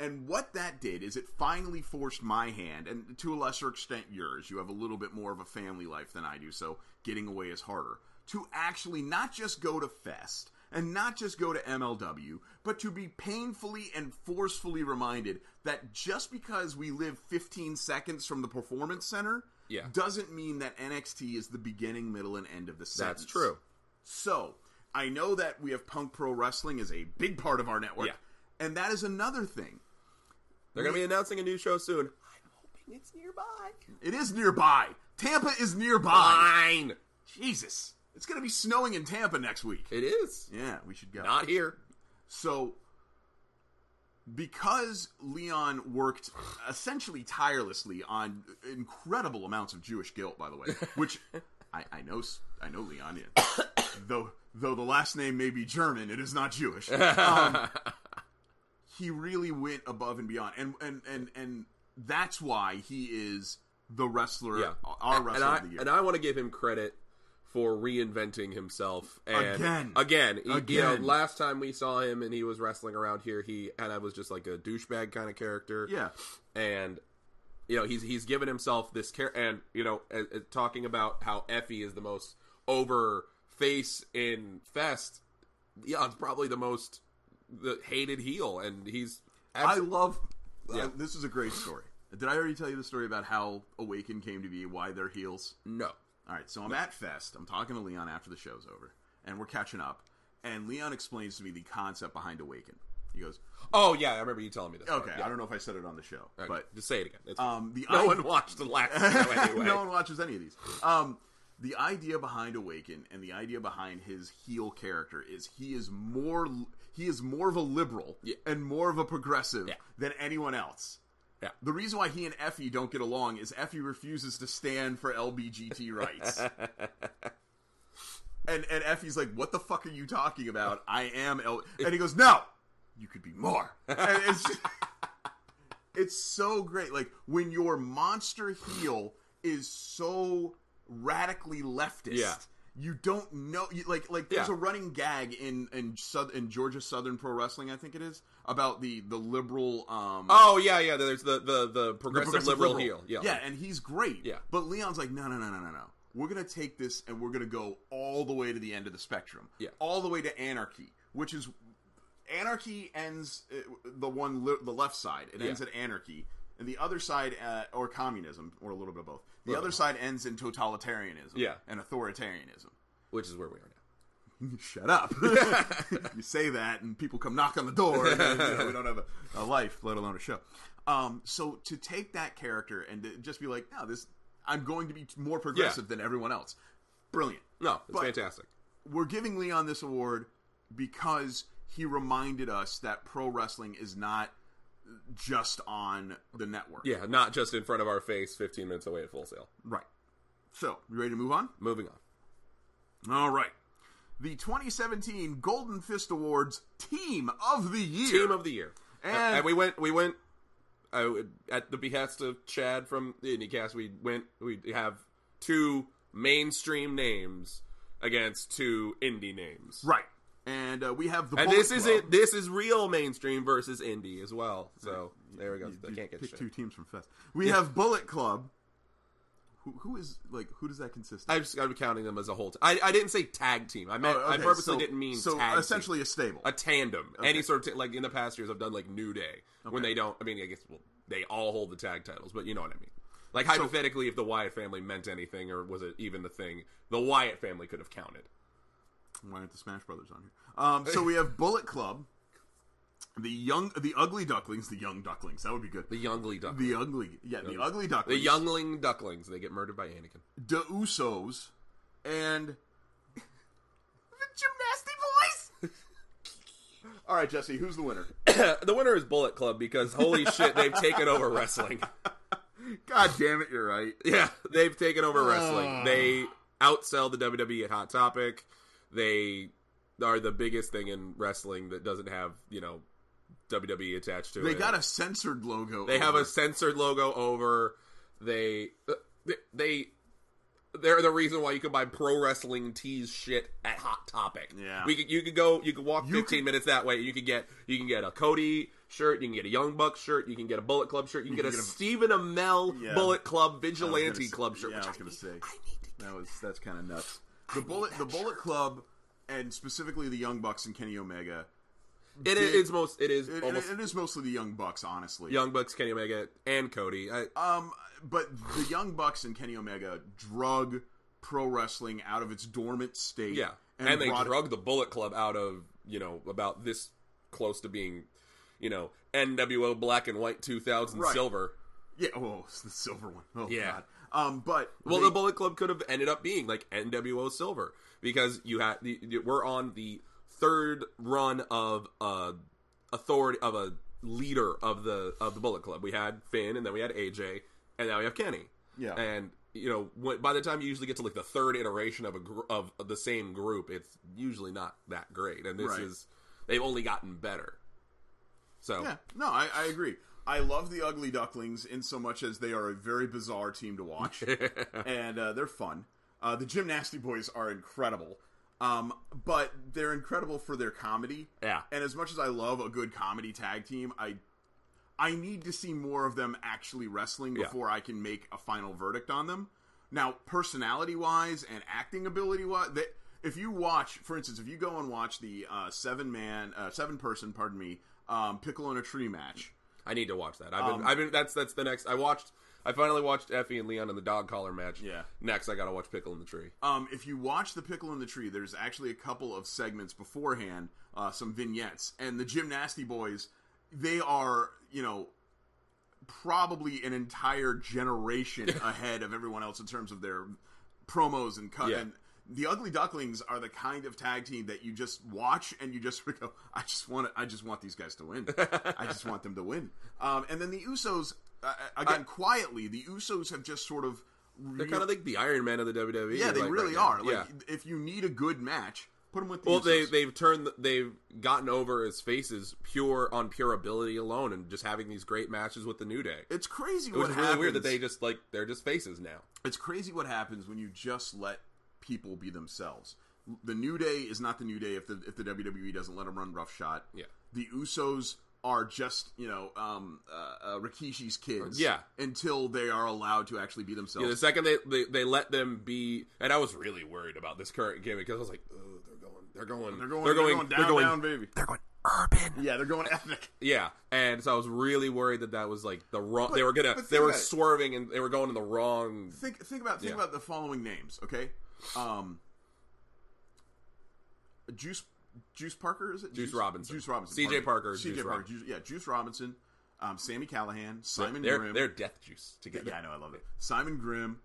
And what that did is it finally forced my hand, and to a lesser extent yours, you have a little bit more of a family life than I do, so getting away is harder, to actually not just go to Fest and not just go to MLW, but to be painfully and forcefully reminded that just because we live 15 seconds from the Performance Center Yeah. doesn't mean that NXT is the beginning, middle, and end of the sentence. That's true. So I know that we have Punk Pro Wrestling is a big part of our network, Yeah. and that is another thing. They're going to be announcing a new show soon. I'm hoping it's nearby. It is nearby. Tampa is nearby. Fine. Jesus, it's gonna be snowing in Tampa next week. It is. Yeah, we should go. Not here. So, because Leon worked essentially tirelessly on incredible amounts of Jewish guilt, by the way, which I, I know, I know Leon is, though though the last name may be German, it is not Jewish. Um, he really went above and beyond, and and and and that's why he is the wrestler, Yeah. our and wrestler I, of the year. and I want to give him credit for reinventing himself and Again. Again. He- You know, Again. last time we saw him and he was wrestling around here, he kind of was just like a douchebag kind of character. yeah, and you know he's he's given himself this care and you know a, a- talking about how Effie is the most over face in Fest. Yeah, it's probably the most the hated heel, and he's I abs- love. Yeah. Uh, this is a great story. Did I already tell you the story about how Awaken came to be? Why they're heels? no All right, so I'm at Fest. I'm talking to Leon after the show's over, and we're catching up. And Leon explains to me the concept behind Awaken. He goes, Oh yeah, I remember you telling me this. "Okay, Yeah. I don't know if I said it on the show, Okay, but just say it again. It's um, the no idea- one watched the last show anyway. no one watches any of these. Um, the idea behind Awaken and the idea behind his heel character is he is more he is more of a liberal Yeah. and more of a progressive Yeah. than anyone else. Yeah. The reason why he and Effie don't get along is Effie refuses to stand for LBGT rights. and and Effie's like, "What the fuck are you talking about? I am L." And he goes, "No, you could be more." And it's just- it's so great. Like when your monster heel is so radically leftist. Yeah. You don't know, you, like, like there's Yeah. a running gag in in, South, in Georgia Southern Pro Wrestling, I think it is, about the the liberal. Um, Oh yeah, yeah. There's the the the progressive, progressive liberal, heel. Yeah, and he's great. Yeah. But Leon's like, no, no, no, no, no, no. we're going to take this and we're going to go all the way to the end of the spectrum. Yeah. All the way to anarchy, which is anarchy ends uh, the one li- the left side. It ends Yeah. at anarchy. And the other side, uh, or communism, or a little bit of both. The Little other bit. side ends in totalitarianism Yeah. and authoritarianism. which is where we are now. Shut up! you say that, and people come knock on the door. And, then, you know, we don't have a, a life, let alone a show. Um, so to take that character and to just be like, no, this I'm going to be more progressive than everyone else. Brilliant. No, it's But- fantastic. We're giving Leon this award because he reminded us that pro wrestling is not just on the network. Yeah, not just in front of our face, 15 minutes away at full sale. Right. So, you ready to move on? Moving on. All right. The 2017 Golden Fist Awards Team of the Year. Team of the year, And- and, and we went. We went uh, at the behest of Chad from the IndieCast. We went. We have two mainstream names against two indie names. Right. And uh, we have the. And Bullet this is Club. it. This is real mainstream versus indie as well. So Oh, there we go. You I can't get pick shit. two teams from Fest. We have Bullet Club. Who, who is like? Who does that consist? of? I'm, just, I'm counting them as a whole. T- I, I didn't say tag team. I meant. I Oh, Okay, purposely so- didn't mean so. tag team. essentially, a stable. a tandem. Any sort of ta- like in the past years, I've done like New Day when they don't. I mean, I guess well, they all hold the tag titles, but you know what I mean. Like hypothetically, if the Wyatt family meant anything or was it even the thing, the Wyatt family could have counted. Why aren't the Smash Brothers on here? Um, so we have Bullet Club, the young, the Ugly Ducklings, the Young Ducklings. That would be good. The Youngly The Ducklings, ugly, yeah, the ugly ducklings, the Youngling Ducklings, they get murdered by Anakin. the Usos, and the Gymnasty Boys. All right, Jesse, who's the winner? the winner is Bullet Club because holy shit, they've taken over wrestling. God damn it, you're right. Yeah, they've taken over Ah. wrestling. They outsell the WWE at Hot Topic. They are the biggest thing in wrestling that doesn't have you know WWE attached to it. They got a censored logo. They have over a censored logo over. They they they're the reason why you can buy pro wrestling tees shit at Hot Topic. Yeah. we could, you could go you could walk You fifteen could- minutes that way. You can get you can get a Cody shirt. You can get a Young Buck shirt. You can get a Bullet Club shirt. You can get a can get a- Stephen Amell Yeah. Bullet Club I was gonna Vigilante say- Club shirt. Yeah, which I was I gonna need- say I need to that was that's kind of nuts. The bullet, the Bullet Club, and specifically the Young Bucks and Kenny Omega. It did- is most. It is It, it- almost it is mostly the Young Bucks, honestly. Young Bucks, Kenny Omega, and Cody. I, Um, but the Young Bucks and Kenny Omega drug pro wrestling out of its dormant state. Yeah, and, they brought it- drug the Bullet Club out of you know about this close to being, you know, NWO black and white two thousand Right. silver. yeah, oh, it's the silver one. Oh, Yeah. God. Um, but Well, they- the Bullet Club could have ended up being like NWO silver because you had the, you- we're on the third run of uh authority of a leader of the of the Bullet Club. We had Finn, and then we had AJ, and now we have Kenny. Yeah. and. You know, when, by the time you usually get to like the third iteration of a gr- of the same group, it's usually not that great, and this Right. is they've only gotten better. So yeah, no, I, I agree. I love the Ugly Ducklings in so much as they are a very bizarre team to watch. and uh, they're fun. Uh, the Gymnasty Boys are incredible, um, but they're incredible for their comedy. Yeah. And as much as I love a good comedy tag team, I I need to see more of them actually wrestling Yeah. before I can make a final verdict on them. Now, personality wise and acting ability wise, that if you watch, for instance, if you go and watch the uh, seven man, uh, seven person, pardon me, um, pickle in a tree match. I need to watch that. I've been, Um, I've been. That's that's the next. I watched. I finally watched Effie and Leon in the dog collar match. Yeah. Next, I gotta watch Pickle in the Tree. Um, if you watch the pickle in the tree, there's actually a couple of segments beforehand, uh, some vignettes, and the gymnasty boys, they are you know probably an entire generation ahead of everyone else in terms of their promos and cut. Yeah. And the Ugly Ducklings are the kind of tag team that you just watch and you just go, I just want to, I just want these guys to win. I just want them to win. Um, and then the Usos, uh, again quietly, the Usos have just sort of. They're kind of like the Iron Man of the WWE. Yeah, they like, really right now. are. Like, yeah. if you need a good match, put them with the Well, they Usos. they've turned they've gotten over as faces pure on pure ability alone, and just having these great matches with the New Day. It's crazy It what was happens. really weird that they just like they're just faces now. It's crazy what happens when you just let people be themselves. E The New Day is not the New Day if the if the WWE doesn't let them run roughshod. Yeah. The Usos are just you know um, uh, uh, Rikishi's kids. Yeah. Until they are allowed to actually be themselves. Yeah, the second they, they they let them be, and I was really worried about this current game because I was like, oh, they're going, they're they're going, going, they're going, down, they're going- down, baby. they're going urban. Yeah, they're going ethnic. Yeah, and so I was really worried that that was like the wrong. they were gonna, but think they were about it. swerving and they were going in the wrong. Think think about think Yeah. about the following names, okay? Um, Juice Juice Parker is it? Juice Robinson. Juice Robinson. CJ pardon me. Parker, CJ Juice Parker. Robinson. Juice- yeah, Juice Robinson. Um, Sammy Callahan. Simon they're Grimm. they're death juice together. yeah, I know, I love it. Simon Grimm.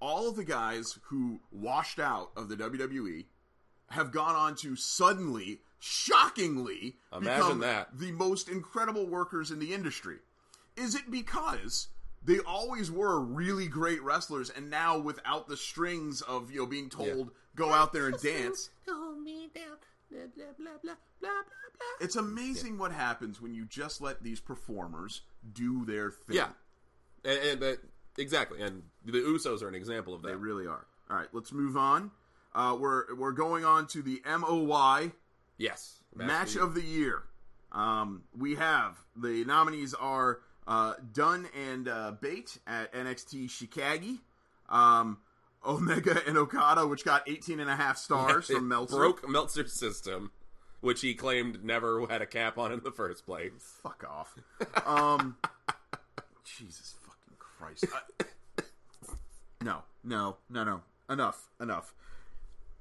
All of the guys who washed out of the WWE have gone on to suddenly, shockingly, Imagine become that. the most incredible workers in the industry. Is it because they always were really great wrestlers, and now without the strings of you know being told go out there and dance? Hold me down, blah blah blah blah blah blah. It's amazing what happens when you just let these performers do their thing. Yeah, and, and that exactly, and the Usos are an example of that. They really are. All right, let's move on. Uh, we're we're going on to the MOY yes, match of the year. Um, we have the nominees are uh, Dunn and uh, Bate at NXT Chicago, um, Omega and Okada, which got 18 and a half stars It from Meltzer. broke Meltzer's system, which he claimed never had a cap on in the first place. Fuck off. Um, Jesus fucking Christ. I- no, no, no, no. Enough, enough.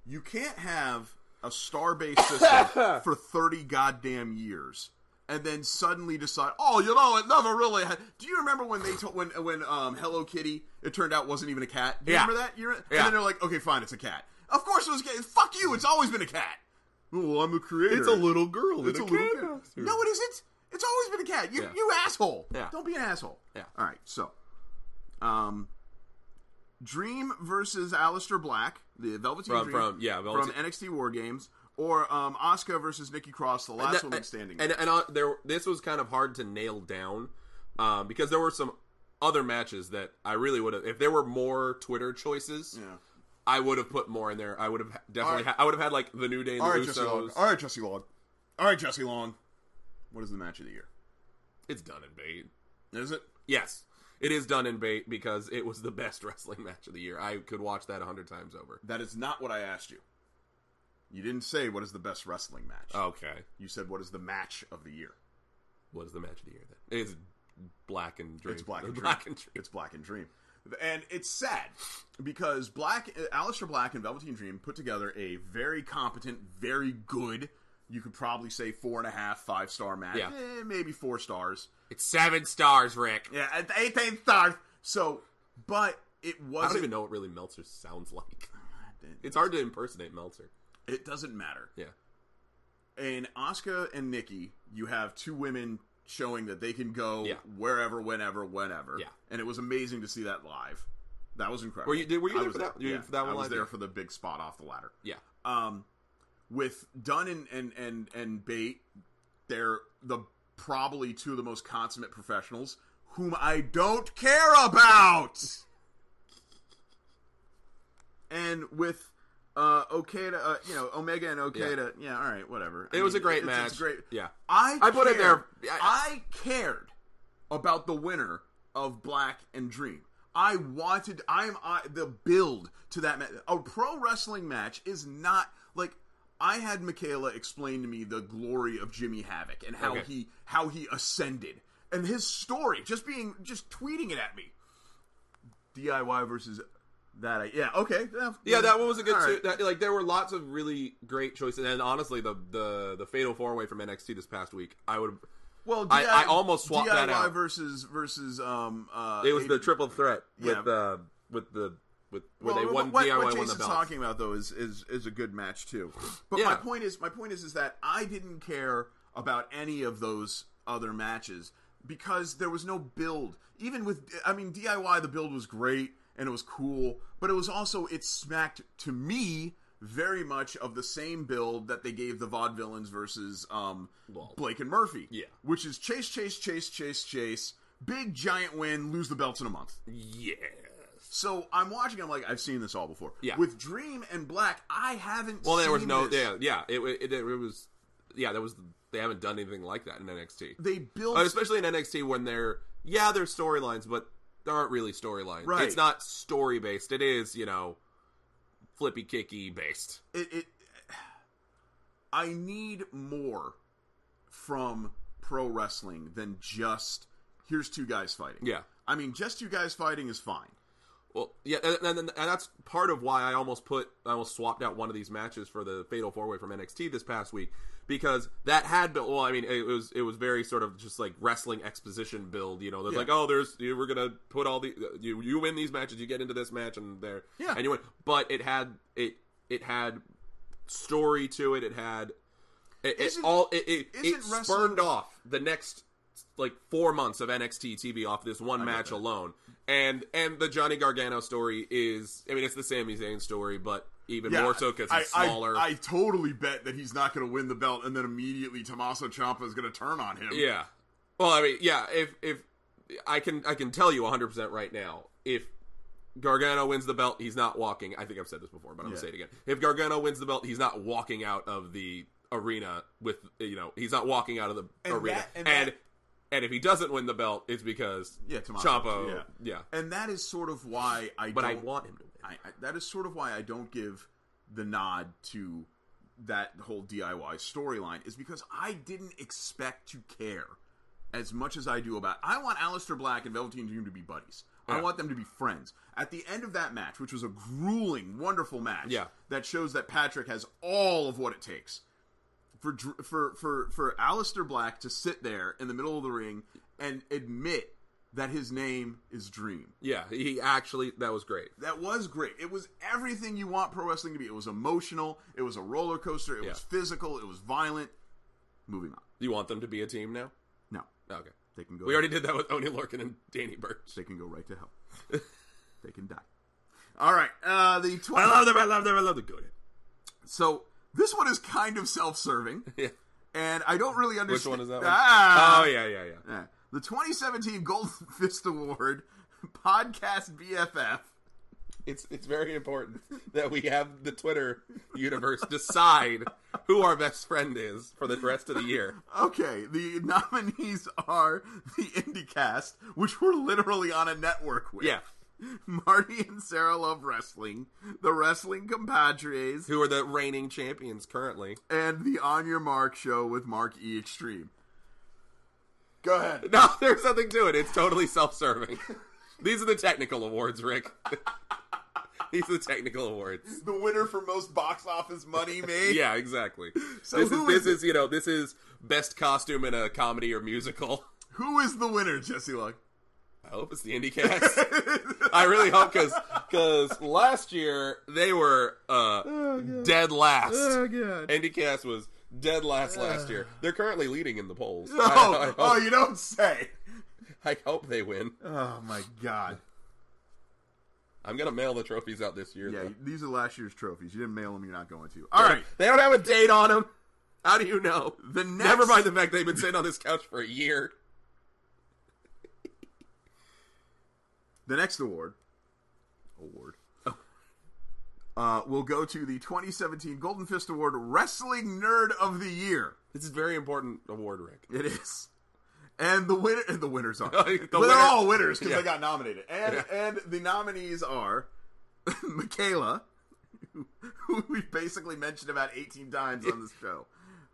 You can't have a star-based system for 30 goddamn years and then suddenly decide, oh, you know, it never really had. Do you remember when they told, when, when, um, Hello Kitty, it turned out wasn't even a cat? Do you Yeah. remember that? You re- Yeah. And then they're like, okay, fine, it's a cat. Of course it was a cat. Fuck you, it's always been a cat. Well, I'm a creator. girl. It's a little cat. No, it isn't. It's always been a cat. You, Yeah. you asshole. Yeah. Don't be an asshole. Yeah. All right. So, um, Dream versus Aleister Black, the Velveteen From- Dream, from- yeah, from Velveteen- NXT War Games, or um, Asuka versus Nikki Cross, the last woman standing. And and uh, there, this was kind of hard to nail down um, because there were some other matches that I really would have. If there were more Twitter choices, yeah. I would have put more in there. I would have definitely. All right. ha- I would have had like the New Day and the All right, Jesse Long. Usos. All right, Jesse Long. All right, Jesse Long. What is the match of the year? It's done and bait. Is it? Yes, it is done and bait because it was the best wrestling match of the year. I could watch that a hundred times over. That is not what I asked you. You didn't say what is the best wrestling match. Okay. You said what is the match of the year. What is the match of the year then? It's Black and Dream. It's Black and Dream. Black and Dream. It's Black and Dream. And it's sad because Black, Alistair Black and Velveteen Dream put together a very competent, very good, you could probably say four and a half, five star match. Yeah. Eh, maybe four stars. It's seven stars, Rick. Yeah, at 18 stars. So, but it I don't wasn't. even know what really Meltzer sounds like. It's hard to impersonate Meltzer. It doesn't matter. Yeah. in Asuka and Nikki, you have two women showing that they can go Yeah. wherever, whenever, whenever. Yeah. And it was amazing to see that live. That was incredible. Were you- did- were you I there was for that- you were yeah, for that one I was live? there Yeah. for the big spot off the ladder. Yeah. Um, with Dunn and and and and Bate, they're the probably two of the most consummate professionals whom I don't care about. and with uh Okada, uh, you know Omega and Okada, yeah, all right, whatever. I It was mean, a great it's- match. It's great. Yeah. I I put it cared- there- I cared about the winner of Black and Dream. I wanted. I'm I, the build to that match. A pro wrestling match is not like I had Michaela explain to me the glory of Jimmy Havoc and how Okay. he how he ascended and his story. Just being just tweeting it at me. DIY versus that. I, yeah. Okay. Yeah, that one was a good all two. right. That, like there were lots of really great choices, and honestly, the the the fatal four way from NXT this past week, I would. Well, I- DIY I almost swapped that out. versus versus um. Uh, It was the A- triple threat with Yeah. uh with the with where Well, they won what, DIY what won the Jason's belt. talking about though is, is is a good match too. But my Yeah. point is my point is is that I didn't care about any of those other matches because there was no build. Even with I mean DIY the build was great and it was cool, but it was also it smacked to me very much of the same build that they gave the Vaudevillains versus um Well, Blake and Murphy. yeah. Which is chase chase chase chase chase big giant win lose the belts in a month. Yes. So I'm watching. I'm like, I've seen this all before. Yeah. With Dream and Black, I haven't. Well, there was seen no this. yeah yeah it, it, it, was yeah that was They haven't done anything like that in NXT, They built Uh, especially in NXT when they're yeah, they're storylines, but there aren't really storylines. Right. It's not story based. It is you know, flippy kicky based. it, it I need more from pro wrestling than just here's two guys fighting. Yeah. I mean, just two guys fighting is fine. Well, yeah, and, and, and that's part of why I almost put, I almost swapped out one of these matches for the Fatal Four Way from NXT this past week because that had been. Well, I mean, it was it was very sort of just like wrestling exposition build. You know, there's Yeah. like, oh, there's you we're gonna put all the you you win these matches, you get into this match, and there, Yeah. and you win. But it had it it had story to it. It had it, it Isn't- all it it, it isn't wrestling- spurned off the next like four months of NXT TV off this one get match that. alone, and and the Johnny Gargano story is I mean it's the Sami Zayn story, but even more so because I- it's I- smaller. I, totally bet that he's not going to win the belt, and then immediately Tommaso Ciampa is going to turn on him. yeah. Well, I mean, yeah. If if I can I can tell you 100 percent right now, if Gargano wins the belt, he's not walking. I think I've said this before, but I'm Yeah. gonna say it again. If Gargano wins the belt, he's not walking out of the arena with you know he's not walking out of the And arena that- and and that- and if he doesn't win the belt, it's because Yeah, Tommaso, Ciampa, yeah. yeah. and that is sort of why I. But don't, I want him to win. I, I, that is sort of why I don't give the nod to that whole DIY storyline is because I didn't expect to care as much as I do about. I want Aleister Black and Velveteen Dream to be buddies. I Yeah. want them to be friends. At the end of that match, which was a grueling, wonderful match, Yeah. that shows that Patrick has all of what it takes for Dr- for for for Aleister Black to sit there in the middle of the ring and admit that his name is Dream. Yeah, he actually that was great. That was great. It was everything you want pro wrestling to be. It was emotional. It was a roller coaster. It Yeah. was physical. It was violent. Moving on. You want them to be a team now? No, Okay. they can go. We already did that with Oni Lorcan and Danny Burch. They can go right to hell. they can die. All right. Uh, the I 20- love them. I love them. I love the good. so this one is kind of self-serving, Yeah. and I don't really understand. Which one is that one? Ah! oh yeah, yeah, yeah. Yeah. The 2017 Gold Fist Award podcast BFF. It's it's very important that we have the Twitter universe decide who our best friend is for the rest of the year. Okay, the nominees are the IndieCast, which we're literally on a network with. Yeah. Marty and Sarah Love Wrestling, The Wrestling Compadres, Who are the reigning champions currently? and The On Your Mark Show with Mark E. Extreme. Go ahead. No, there's nothing to it. It's totally self-serving. These are the technical awards, Rick. These are the technical awards. The winner for most box office money made. yeah, exactly. So this is who this is is, you know this is best costume in a comedy or musical. Who is the winner, Jesse Luck? I hope it's the IndyCast. I really hope because last year they were uh, dead last. God. IndyCast was dead last last year. They're currently leading in the polls. I- I, Oh, hope, oh, you don't say. I hope they win. Oh, my God. I'm gonna mail the trophies out this year. Yeah, though. these are last year's trophies. You didn't mail them, you're not going to. All right. They don't have a date on them. How do you know? The next Never mind the fact they've been sitting on this couch for a year. The next award, award, oh, uh, will go to the 2017 Golden Fist Award Wrestling Nerd of the Year. This is a very important award, Rick. It is, and the winner, the winners are, The well, winner- they're all winners because Yeah. they got nominated, and and the nominees are Michaela, who, who we basically mentioned about 18 times on this show,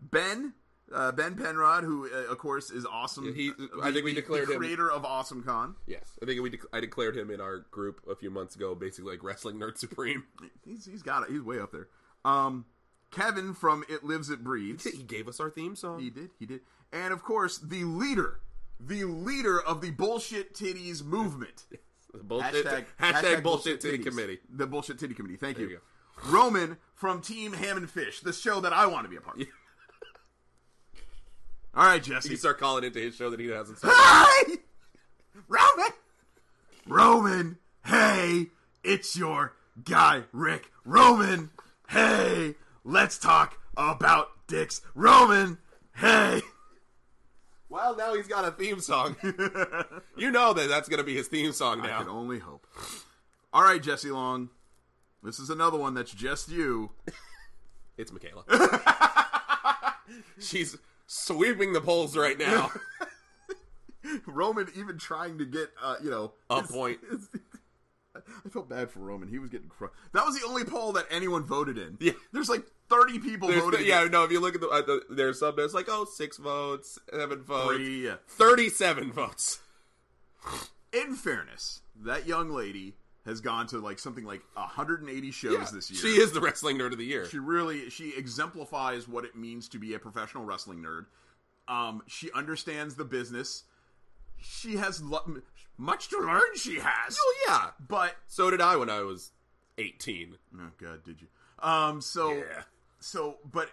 Ben. Uh, ben Penrod, who uh, of course is awesome, He- the- I think we the- declared the him- creator of Awesome Con. Yes, I think we. Dec- I declared him in our group a few months ago, basically like wrestling nerd supreme. He's he's got it. He's way up there. Um, Kevin from It Lives It Breathes. He gave us our theme song. He did. He did. And of course, the leader, the leader of the bullshit titties movement. The bullshit, hashtag, bullshit titty titties. committee. The bullshit titty committee. Thank you. you Roman from Team Ham and Fish, the show that I want to be a part of. All right, You Jesse. start calling into his show that he hasn't started. Hi, Roman. Roman. Hey, it's your guy, Rick. Roman. Hey, let's talk about dicks. Roman. Hey. well, now he's got a theme song. you know that that's going to be his theme song I can now. only hope. All right, Jesse Long. This is another one that's just you. It's Michaela. she's sweeping the polls right now. Roman even trying to get uh, you know A point. I felt bad for Roman. He was getting cru- that was the only poll that anyone voted in. Yeah. there's like thirty people There's- voted. yeah, no. If you look at the, at the their sub, it's like oh, six votes, seven votes, Three, yeah. thirty-seven votes. In fairness, that young lady has gone to like something like 180 shows Yeah, this year. She is the wrestling nerd of the year. She really she exemplifies what it means to be a professional wrestling nerd. Um, she understands the business. She has lo- much to learn. She has, oh yeah. but So did I when I was eighteen. oh god, did you? Um, so Yeah. so, but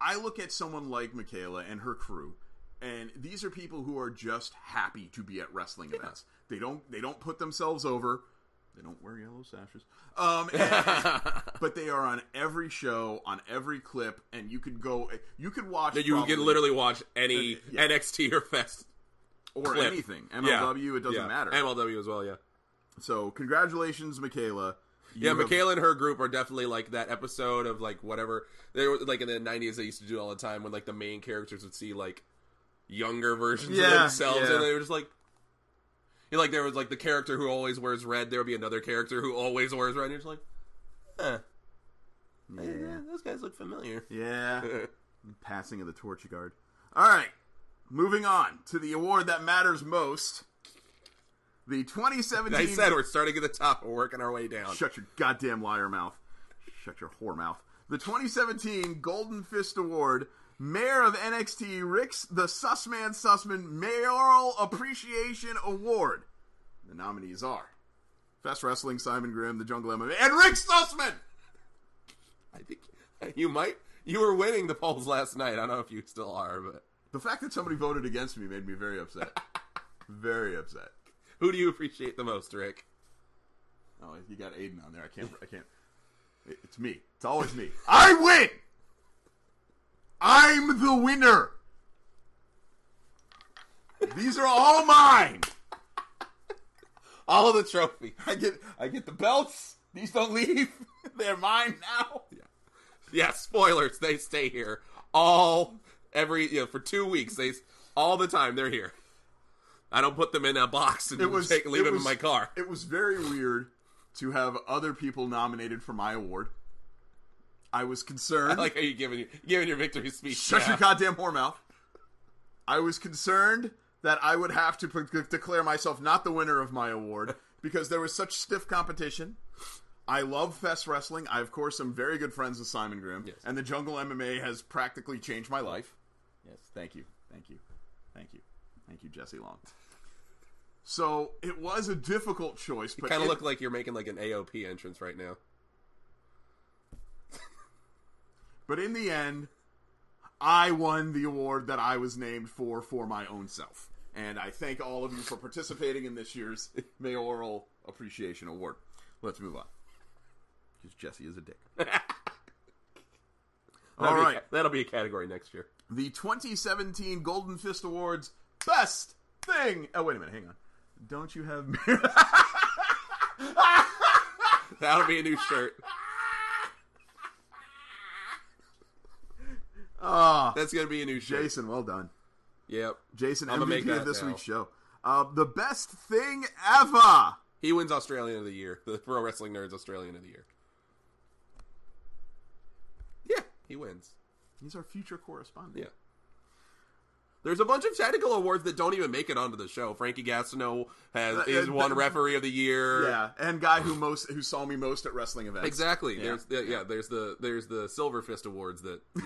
I look at someone like Michaela and her crew, and these are people who are just happy to be at wrestling events. They don't they don't put themselves over. They don't wear yellow sashes. Um, but they are on every show, on every clip, and you could go, you could watch. That you probably- can literally watch any Uh, yeah. NXT or Fest or clip. anything MLW. It doesn't Yeah. matter. MLW as well. Yeah. so congratulations, Michaela. You Yeah, have- Michaela and her group are definitely like that episode of like whatever they were like in the nineties they used to do it all the time when like the main characters would see like younger versions of Yeah, themselves yeah. and they were just like you know, like there was like the character who always wears red, there would be another character who always wears red, and you're just like, huh. Yeah. those guys look familiar. Yeah. Passing of the torch guard. All right. Moving on to the award that matters most. The 2017. I said we're starting at the top, we're working our way down. Shut your goddamn liar mouth. Shut your whore mouth. The 2017 Golden Fist Award, Mayor of NXT, Rick's the Sussman Sussman Mayoral Appreciation Award. The nominees are Fest Wrestling, Simon Graham, The Jungle MMA, and Rick Sussman! I think you might you were winning the polls last night. I don't know if you still are, but The fact that somebody voted against me made me very upset. very upset. who do you appreciate the most, Rick? Oh, you got Aiden on there. I can't. I can't. It- It's me. It's always me. I win. I'm the winner. These are all mine. All of the trophies. I get. I get the belts. These don't leave. They're mine now. Yeah, spoilers. They stay here all every you know, for two weeks. They all the time they're here. I don't put them in a box and It was. take, leave it them was, in my car. It was very weird to have other people nominated for my award. I was concerned. I like how you giving giving your victory speech. Shut now. your goddamn whore mouth. I was concerned that I would have to pre- declare myself not the winner of my award because there was such stiff competition. I love Fest Wrestling. I, of course, am very good friends with Simon Grimm. Yes. And the Jungle MMA has practically changed my life. Yes. Thank you. Thank you. Thank you. Thank you, Jesse Long. So it was a difficult choice, but Kind it- of look like you're making like an AOP entrance right now. But in the end, I won the award that I was named for for my own self. And I thank all of you for participating in this year's Mayoral Appreciation Award. Let's move on. Because Jesse is a dick. all That'll be a right. ca- that'll be a category next year. The 2017 Golden Fist Awards Best Thing. Oh, wait a minute. Hang on. Don't you have. Oh, That'll be a new shirt. Ah, That's gonna be a new shirt. Jason, well done. Yep. Jason, I'ma MVP make that of this now. week's show. Uh, the best thing ever. He wins Australian of the Year. The Pro Wrestling Nerds Australian of the Year. Yeah, he wins. He's our future correspondent. Yeah. There's a bunch of technical awards that don't even make it onto the show. Frankie Gastineau has Uh, is uh, one th- referee of the year. Yeah, and guy who most who saw me most at wrestling events. Exactly. Yeah. There's yeah, yeah, there's the there's the Silver Fist Awards that yeah.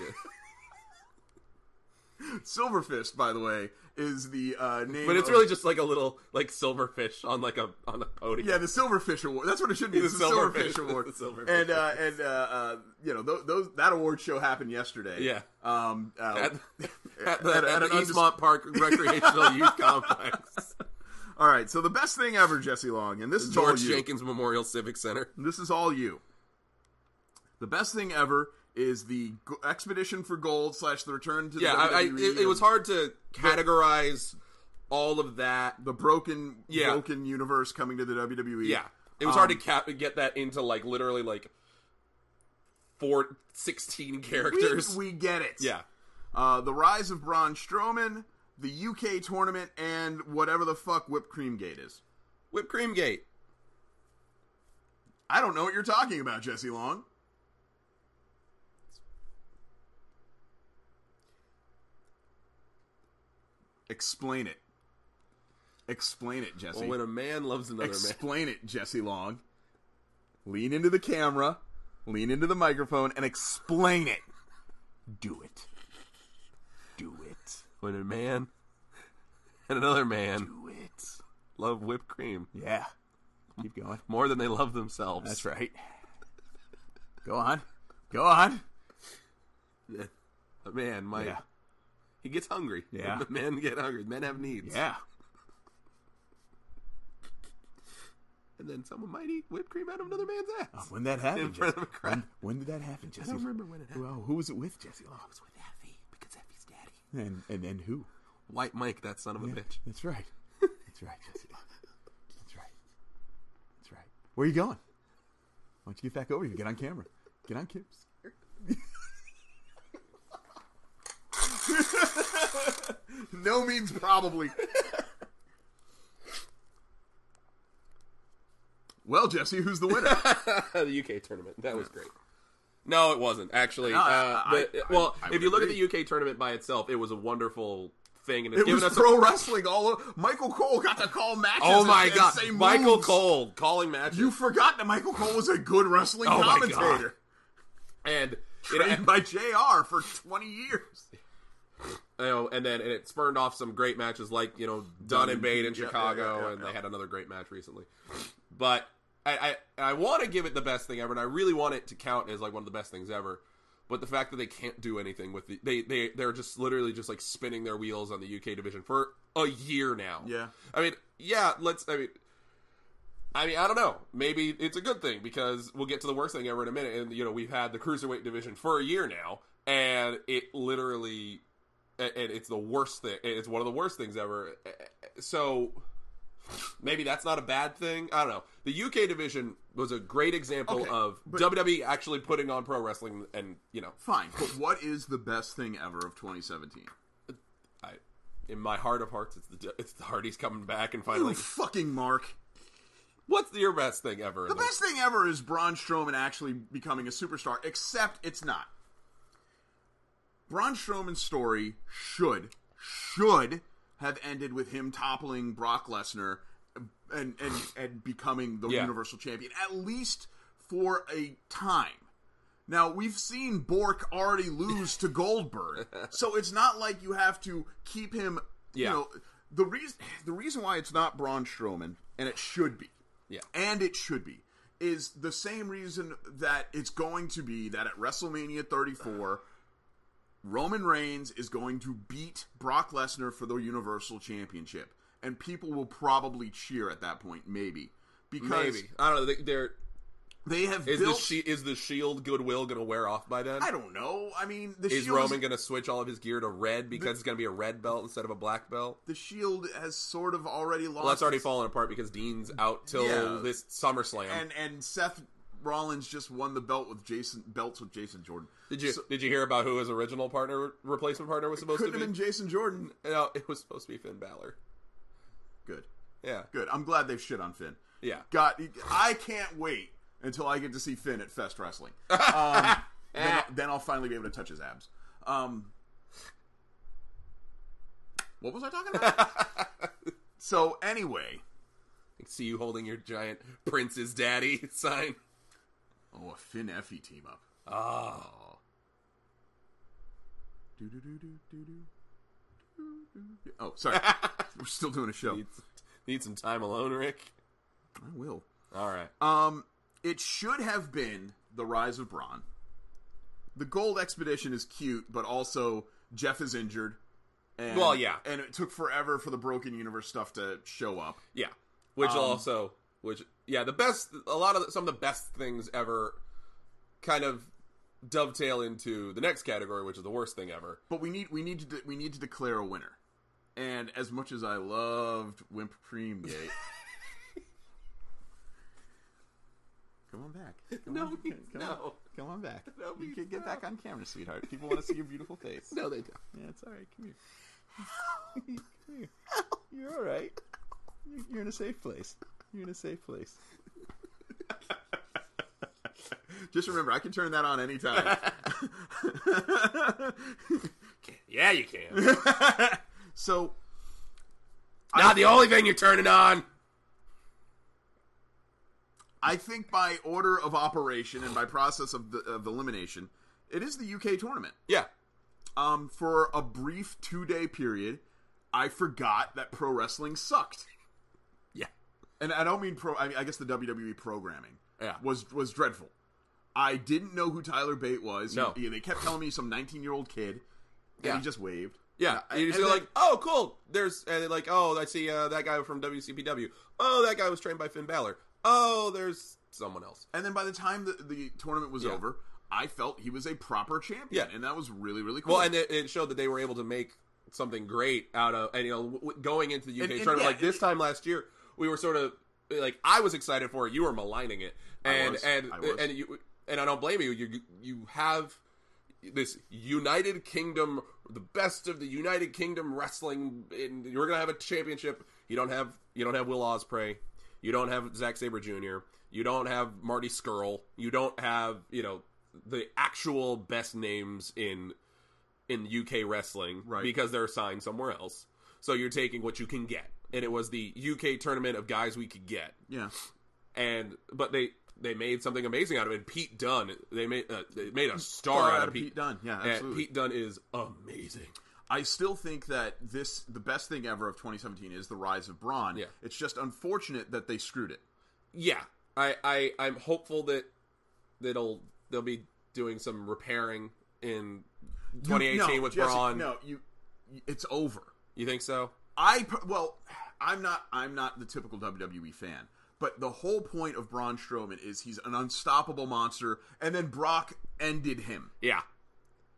Silver Fist, by the way, is the uh, name. But it's of- really just like a little like silverfish on like a on a podium. yeah, the Silverfish Award. That's what it should be. The It's the Silverfish Silverfish. Award. The Silverfish. And uh, and uh, uh, you know those, those that award show happened yesterday. Yeah. Um. Uh, At, at the, At- at, at the an undis- Eastmont Park Recreational Youth Complex. all right. So the best thing ever, Jesse Long, and this is all George you. Jenkins Memorial Civic Center. This is all you. The best thing ever is the Go- Expedition for Gold slash the Return to the E Yeah, I, I, WWE it, it and was hard to categorize all of that The broken Yeah. broken universe coming to the E WWE. Yeah, it was hard Um, to cap- get that into like literally like four, 16 We- characters. We, get it. yeah, uh, the rise of Braun Strowman, the UK tournament, and whatever the fuck whipped cream gate is. Whipped cream gate. I don't know what you're talking about, Jesse Long. Explain it. Explain it, Jesse. Well, when a man loves another man, explain it, Jesse Long. Lean into the camera, lean into the microphone, and explain it. Do it. Do it. when a man and another man Do it. love whipped cream Yeah. Keep going. more than they love themselves. That's right. Go on. Go on. right. A man might Yeah. he gets hungry. Yeah. men get hungry. Men have needs. Yeah. and then someone might eat whipped cream out of another man's ass. Oh, When that happened, in front of a Jesse- crowd. when did that happen, Jesse? I don't remember when it happened. Well, who was it with, Jesse? Long? I was with Effie because Effie's daddy. And and then who? White Mike, that son of a bitch. That's right. That's right, Jesse. Long. That's right. That's right. Where you going? Why don't you get back over here? Get on camera. Get on camera. No means probably. well, Jesse, who's the winner? the UK tournament. That was great. No, it wasn't actually. No, uh, I- I- but, I- well, I if would you look agree. at the UK tournament by itself, it was a wonderful thing, and it's It given was us. pro a, wrestling all over. Michael Cole got to call matches. oh and- my and god, say Michael moves. Cole calling matches, You forgot that Michael Cole was a good wrestling Oh my God. commentator, and it, trained by JR for twenty years. you know, and then and it spurned off some great matches like you know Dunn and Bate in Yeah, yeah, Chicago, yeah, yeah, and yeah. they had another great match recently. But I I, I want to give it the best thing ever, and I really want it to count as like one of the best things ever. But the fact that they can't do anything with the they they they're just literally just like spinning their wheels on the UK division for a year now. Yeah. I mean, yeah, let's. I mean, I mean, I don't know. Maybe it's a good thing because we'll get to the worst thing ever in a minute. And you know, we've had the cruiserweight division for a year now, and it literally, and it's the worst thing. It's one of the worst things ever. So maybe that's not a bad thing. I don't know. The UK division was a great example Okay, of but- WWE actually putting on pro wrestling, and you know, Fine, but what is the best thing ever of 2017? I, in my heart of hearts, it's the it's the Hardys coming back and You finally. fucking Mark. What's your best thing ever? in The best thing ever is Braun Strowman actually becoming a superstar, except it's not. Braun Strowman's story should, should have ended with him toppling Brock Lesnar and, and, and becoming the Yeah. Universal Champion, at least for a time. Now, we've seen Bork already lose to Goldberg, so it's not like you have to keep him, you Yeah. know. The reason, the reason why it's not Braun Strowman, and it should be, Yeah. and it should be is the same reason that it's going to be that at WrestleMania 34 Roman Reigns is going to beat Brock Lesnar for the Universal Championship and people will probably cheer at that point maybe because Maybe I don't know. They- They're they have Is the built she, is the shield goodwill going to wear off by then? I don't know I mean the Is shield Roman going to switch all of his gear to red because it's going to be a red belt instead of a black belt? the shield has sort of already lost Well, that's already its- fallen apart because Dean's out till Yeah. this SummerSlam. and and Seth Rollins just won the belt with Jason belts with Jason Jordan did you So- did you hear about who his original partner replacement partner was supposed to couldn't be? have been Jason Jordan no, it was supposed to be Finn Balor. good Yeah, good I'm glad they've shit on Finn yeah. God, I can't wait until I get to see Finn at Fest Wrestling. Um, then, I'll, then I'll finally be able to touch his abs. Um, what was I talking about? so anyway, I see you holding your giant Prince's Daddy sign. oh, a Finn Effie team up. Oh, Doo-doo-doo-doo-doo-doo. Oh, sorry, we're still doing a show. need, need some time alone, Rick. I will. All right. Um, it should have been the rise of Braun. The gold expedition is cute, but also Jeff is injured. And, Well, yeah. and it took forever for the broken universe stuff to show up. Yeah, which Um, also, which yeah, the best, a lot of the, some of the best things ever, kind of dovetail into the next category, which is the worst thing ever. But we need we need to de- we need to declare a winner. And as much as I loved Wimp Cream Gate, come on back. Come on, come on. Come on back. That'll be You can get tough. back on camera, sweetheart. People want to see your beautiful face. No, they don't. Yeah, it's all right. Come here. Come here. You're all right. You're- You're in a safe place. You're in a safe place. Just remember, I can turn that on anytime. Yeah, you can. so Not the only thing you're turning on. I think by order of operation and by process of, the, of elimination, it is the UK tournament. Yeah. Um, for a brief two day period, I forgot that pro wrestling sucked. Yeah. and I don't mean pro. I, mean, I guess the WWE programming Yeah. was was dreadful. I didn't know who Tyler Bate was. No. He- they kept telling me some 19 year old kid, and Yeah. he just waved. Yeah, I- and you just and go then- like, oh, cool. There's and they're like, oh, I see uh, that guy from WCPW. Oh, that guy was trained by Finn Balor. Oh, there's someone else. And then by the time the, the tournament was Yeah. over, I felt he was a proper champion, Yeah. and that was really really cool. Well, and it, it showed that they were able to make something great out of and you know w- w- going into the UK And- and tournament yeah, like this it- time last year, we were sort of like I was excited for it. You were maligning it, I and was. and I was. and you and I don't blame you. You you have this United Kingdom, the best of the United Kingdom wrestling, and you're gonna have a championship. You don't have you don't have Will Osprey, you don't have Zack Saber Jr., you don't have Marty Skrull, you don't have you know the actual best names in in UK wrestling Right. because they're signed somewhere else. So you're taking what you can get, and it was the UK tournament of guys we could get yeah, and but they they made something amazing out of it. Pete Dunn, they made uh, they made a star out of Pete, Dunne. Yeah, And absolutely. Pete Dunn is amazing. I still think that this the best thing ever of 2017 is the rise of Braun. Yeah. It's just unfortunate that they screwed it. Yeah, I, I I'm hopeful that that'll they'll be doing some repairing in You- 2018 no, with Jesse, Braun. No, you, you- it's over. You think so? I per- well, I'm not I'm not the typical WWE fan, but the whole point of Braun Strowman is he's an unstoppable monster, and then Brock ended him. Yeah,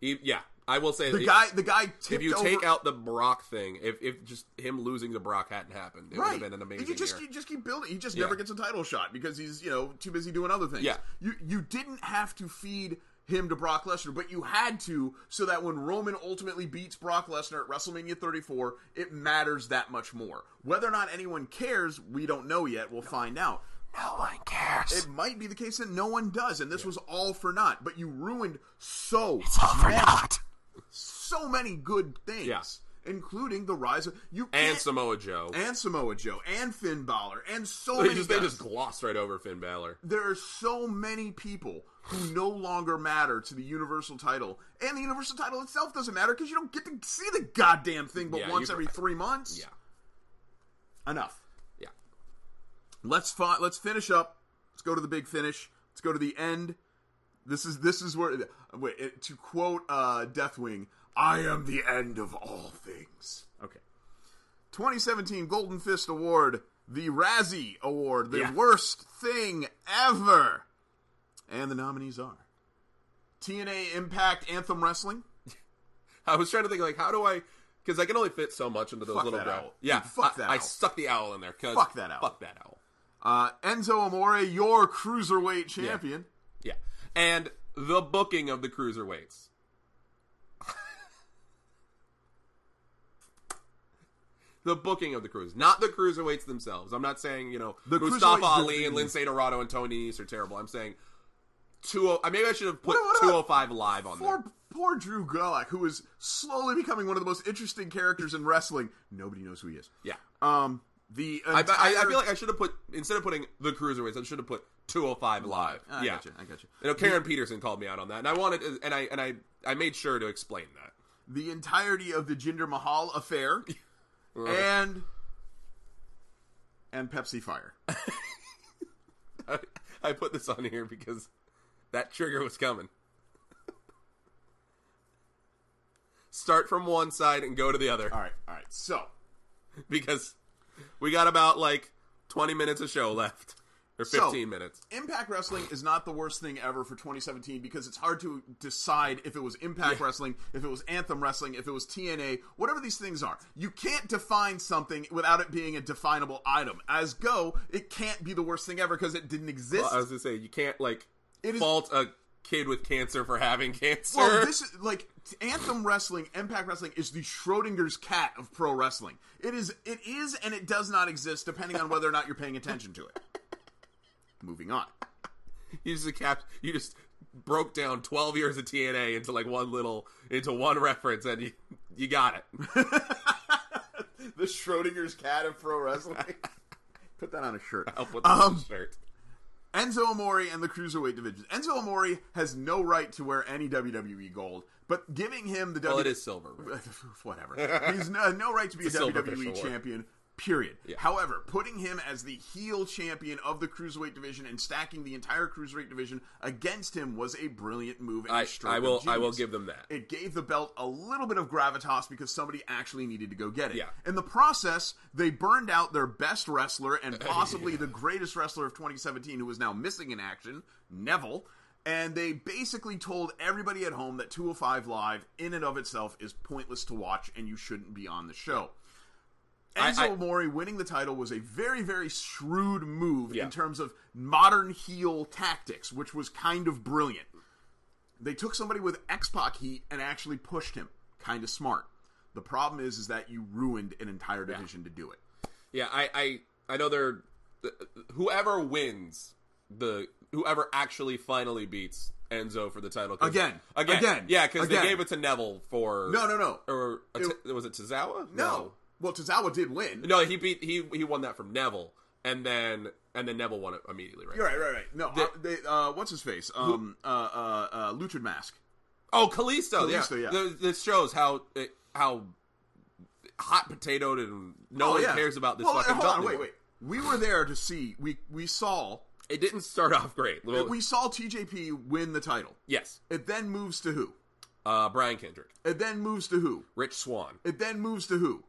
he, yeah. I will say The that guy, the guy tipped If you over, take out the Brock thing, if, if just him losing to Brock hadn't happened, it would right, have been an amazing and you just year. you just keep building. He just Yeah. never gets a title shot because he's you know too busy doing other things. Yeah. you you didn't have to feed him to Brock Lesnar, but you had to so that when Roman ultimately beats Brock Lesnar at WrestleMania 34, it matters that much more. Whether or not anyone cares, we don't know yet. We'll find out. no one cares. it might be the case that no one does, and this was all for naught. But you ruined so many, so many good things, Yeah. including the rise of you and can't- Samoa Joe. and Samoa Joe and Finn Balor and so they many. just, they guys. just gloss right over Finn Balor. there are so many people who no longer matter to the Universal title, and the Universal title itself doesn't matter because you don't get to see the goddamn thing but Yeah, once you're every right. three months. Yeah, enough. yeah. let's fi- let's finish up. Let's go to the big finish. Let's go to the end. This is this is where wait, it- to quote uh, Deathwing, "I am the end of all things." Okay. 2017 Golden Fist Award, the Razzie Award, the Yeah. worst thing ever, and the nominees are TNA Impact Anthem Wrestling. I was trying to think like, how do I? Because I can only fit so much into those Fuck little that gra- owl. Yeah, Dude, fuck I, that I owl. stuck the owl in there. 'cause- Fuck that owl. Fuck that owl. Uh, Enzo Amore, your cruiserweight champion. Yeah, and the booking of the cruiserweights. The booking of the cruise, not the cruiserweights themselves. I'm not saying you know The Mustafa cruiserweight Ali and division. Lindsay Dorado and Tony Nese are terrible. I'm saying two. oh- I maybe I should have put What- what about- uh, 205 live on there. Poor, poor Drew Gulak, who is slowly becoming one of the most interesting characters in wrestling. Nobody knows who he is. Yeah, Um, the I, entire, I, I feel like I should have put instead of putting the cruiserweights, I should have put 205 live. Ah, I yeah, gotcha, I gotcha. You know, Karen Peterson called me out on that, and I wanted, and I and I I made sure to explain that. the entirety of the Jinder Mahal affair and and Pepsi Fire. I, I put this on here because that trigger was coming. Start from one side and go to the other All right, all right. So because we got about like 20 minutes of show left or So- 15 minutes. Impact Wrestling is not the worst thing ever for 2017 because it's hard to decide if it was Impact Wrestling, if it was Anthem Wrestling, if it was TNA, whatever these things are. You can't define something without it being a definable item. As Go, it can't be the worst thing ever because it didn't exist. Well, I was gonna say you can't like It is- fault a kid with cancer for having cancer. Well, this is like Anthem Wrestling, Impact Wrestling is the Schrodinger's cat of pro wrestling. It is, it is, and it does not exist depending on whether or not you're paying attention to it. Moving on. you just cap. You just broke down twelve years of TNA into like one little into one reference, and you you got it. The Schrodinger's cat of pro wrestling. Put that on a shirt. Help with Um, the shirt. Enzo Amore and the Cruiserweight division. Enzo Amore has no right to wear any WWE gold, but giving him the Well, WWE it is silver. right? whatever. He's no, no right to be It's a a silverfish WWE award. champion. Period. Yeah. However, putting him as the heel champion of the cruiserweight division and stacking the entire cruiserweight division against him was a brilliant move. And a I, stroke I of will I will genius. give them that. It gave the belt a little bit of gravitas because somebody actually needed to go get it. Yeah. In the process, they burned out their best wrestler and possibly the greatest wrestler of 2017, who is now missing in action, Neville. And they basically told everybody at home that 205 Live, in and of itself, is pointless to watch and you shouldn't be on the show. I- Enzo I- Mori winning the title was a very, very shrewd move Yeah. in terms of modern heel tactics, which was kind of brilliant. They took somebody with X Pac heat and actually pushed him. Kind of smart. The problem is, is that you ruined an entire division to do it. Yeah, I, I I know they're whoever wins the whoever actually finally beats Enzo for the title 'cause- Again. again, Again. yeah, because they Again. gave it to Neville for No, no, no, or a t- was it Tozawa? no. Well, Tozawa did win. no, he beat he he won that from Neville, and then and then Neville won it immediately, right? You're right, right, right. No, uh, they, uh, what's his face? Um, uh, uh, uh, Luchard Mask. Oh, Kalisto, Kalisto, yeah. yeah. Th- This shows how it, how hot potatoed and no one cares about this Oh, Well, fucking hold belt on, wait, anymore. wait. We were there to see. We we saw It didn't start off great. Well, we saw TJP win the title. yes, It then moves to who? uh, Brian Kendrick, It then moves to who? Rich Swan, It then moves to who?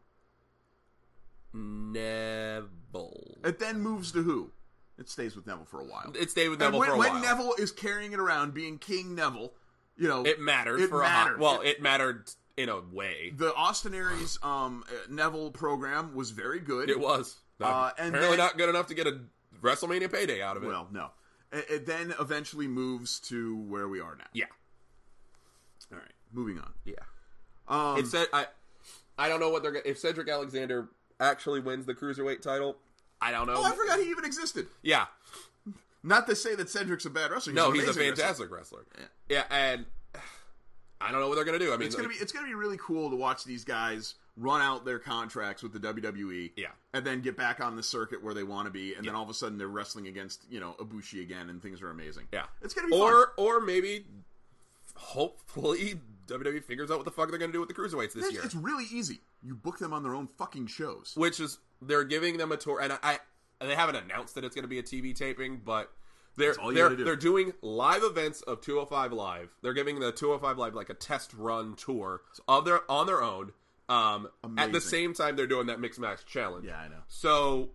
Neville. It then moves to who? It stays with Neville for a while. It stayed with And Neville when, for a when while. Neville is carrying it around, being King Neville, you know, it mattered It for a mattered. hot. Well, it mattered in a way. the Austin Aries um, uh, Neville program was very good. It was Not- Uh, and apparently then- not good enough to get a WrestleMania payday out of it. Well, no. It, it then eventually moves to where we are now. yeah, All right, moving on. yeah. Um, It said I. I don't know what they're gonna if Cedric Alexander actually wins the cruiserweight title. I don't know. oh, I forgot he even existed. Yeah, Not to say that Cedric's a bad wrestler. no, an he's a amazing wrestler. fantastic wrestler. Yeah. and I don't know what they're gonna do. I mean, It's gonna be like, it's gonna be really cool to watch these guys run out their contracts with the WWE, Yeah. and then get back on the circuit where they want to be, and then all of a sudden they're wrestling against you know Ibushi again, and things are amazing. yeah, it's gonna be fun. or or maybe hopefully WWE figures out what the fuck they're gonna do with the cruiserweights this year. It's, it's really easy. You book them on their own fucking shows. which is they're giving them a tour, and I, I and they haven't announced that it's going to be a TV taping, but they're all you they're gotta do. they're doing live events of 205 Live. They're giving the 205 Live like a test run tour of their on their own. Um, at the Amazing. same time, they're doing that mix match challenge. Yeah, I know. So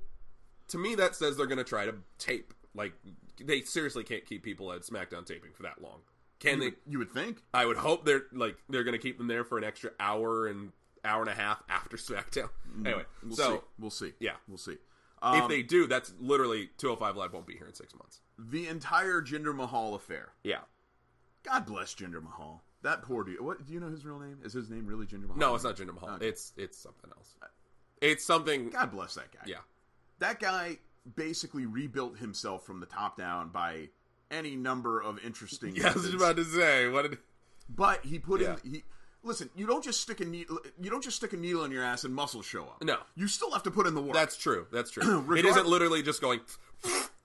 to me, that says they're going to try to tape. Like they seriously can't keep people at SmackDown taping for that long. Can You they? would, you would think. I would hope they're like they're going to keep them there for an extra hour and hour and a half after SmackDown. Anyway, Mm-hmm. We'll so see. We'll see. yeah. we'll see. if Um, they do, that's literally 205 Live won't be here in six months. the entire Jinder Mahal affair. Yeah. God bless Jinder Mahal. That poor dude. What do you know his real name? Is his name really Jinder Mahal? No, it's not Jinder Mahal. Okay. It's it's something else. It's something. God bless that guy. Yeah. that guy basically rebuilt himself from the top down by any number of interesting Yeah, I was methods. just about to say. What did? but he put Yeah. in he listen you don't just stick a needle you don't just stick a needle in your ass and muscles show up No. you still have to put in the work That's true. That's true. it Regard- isn't literally just going.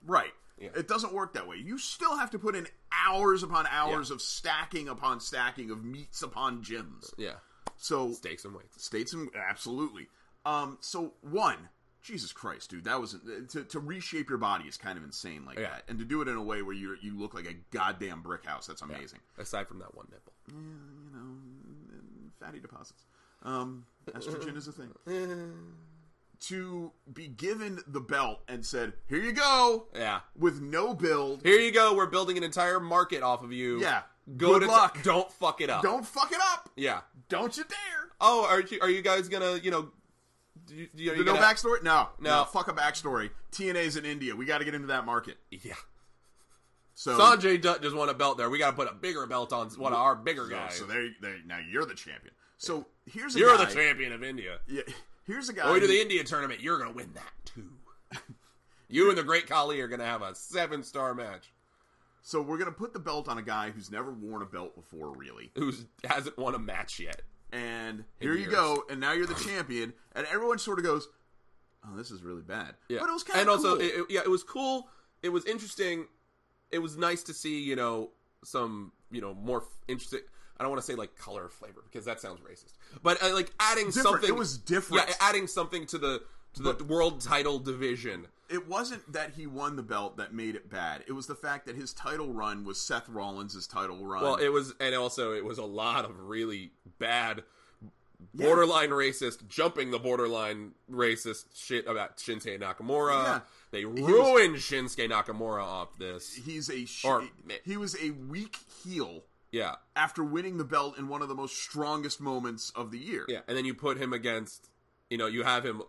right it doesn't work that way you still have to put in hours upon hours of stacking upon stacking of meets upon gyms Yeah. so Stakes and weights. states and absolutely um so one jesus christ dude that was to, to reshape your body is kind of insane like Yeah. that and to do it in a way where you you look like a goddamn brick house that's amazing Aside from that one nipple. you know fatty deposits um estrogen is a thing to be given the belt and said here you go Yeah. with no build Here you go. We're building an entire market off of you. Yeah. Go Good to luck. don't fuck it up. don't fuck it up Yeah. don't you dare Oh, are you are you guys gonna you know? do You, do no you, gonna- backstory no No. fuck a backstory tna's in india we got to get into that market Yeah. So Sanjay Dutt just won a belt there. We got to put a bigger belt on one of our bigger Yeah, guys. So there, there, now you're the champion. So here's a You're guy, the Oh, champion of India. Yeah, here's a guy. Going to who- the India tournament, you're going to win that too. You and the Great Kali are going to have a seven star match. so we're gonna put the belt on a guy who's never worn a belt before, really. Who hasn't won a match yet? And here you years. go. And now you're the champion. And everyone sort of goes, "Oh, this is really bad." Yeah, But it was kind and of also, cool. it, it- yeah, it was cool. It was interesting. It was nice to see, you know, some, you know, more f- interesting. I don't want to say like color or flavor because that sounds racist, but uh, like adding Different. something. It was different. Yeah, adding something to the to the world title division. it wasn't that he won the belt that made it bad. It was the fact that his title run was Seth Rollins' title run. Well, it was, and also it was a lot of really bad, Yeah. borderline racist, jumping the borderline racist shit about Shinsuke Nakamura. Yeah. They ruined Shinsuke Nakamura off this. he's a sh- Or- he was a weak heel Yeah, after winning the belt in one of the most strongest moments of the year. yeah, and then you put him against, you know, you have him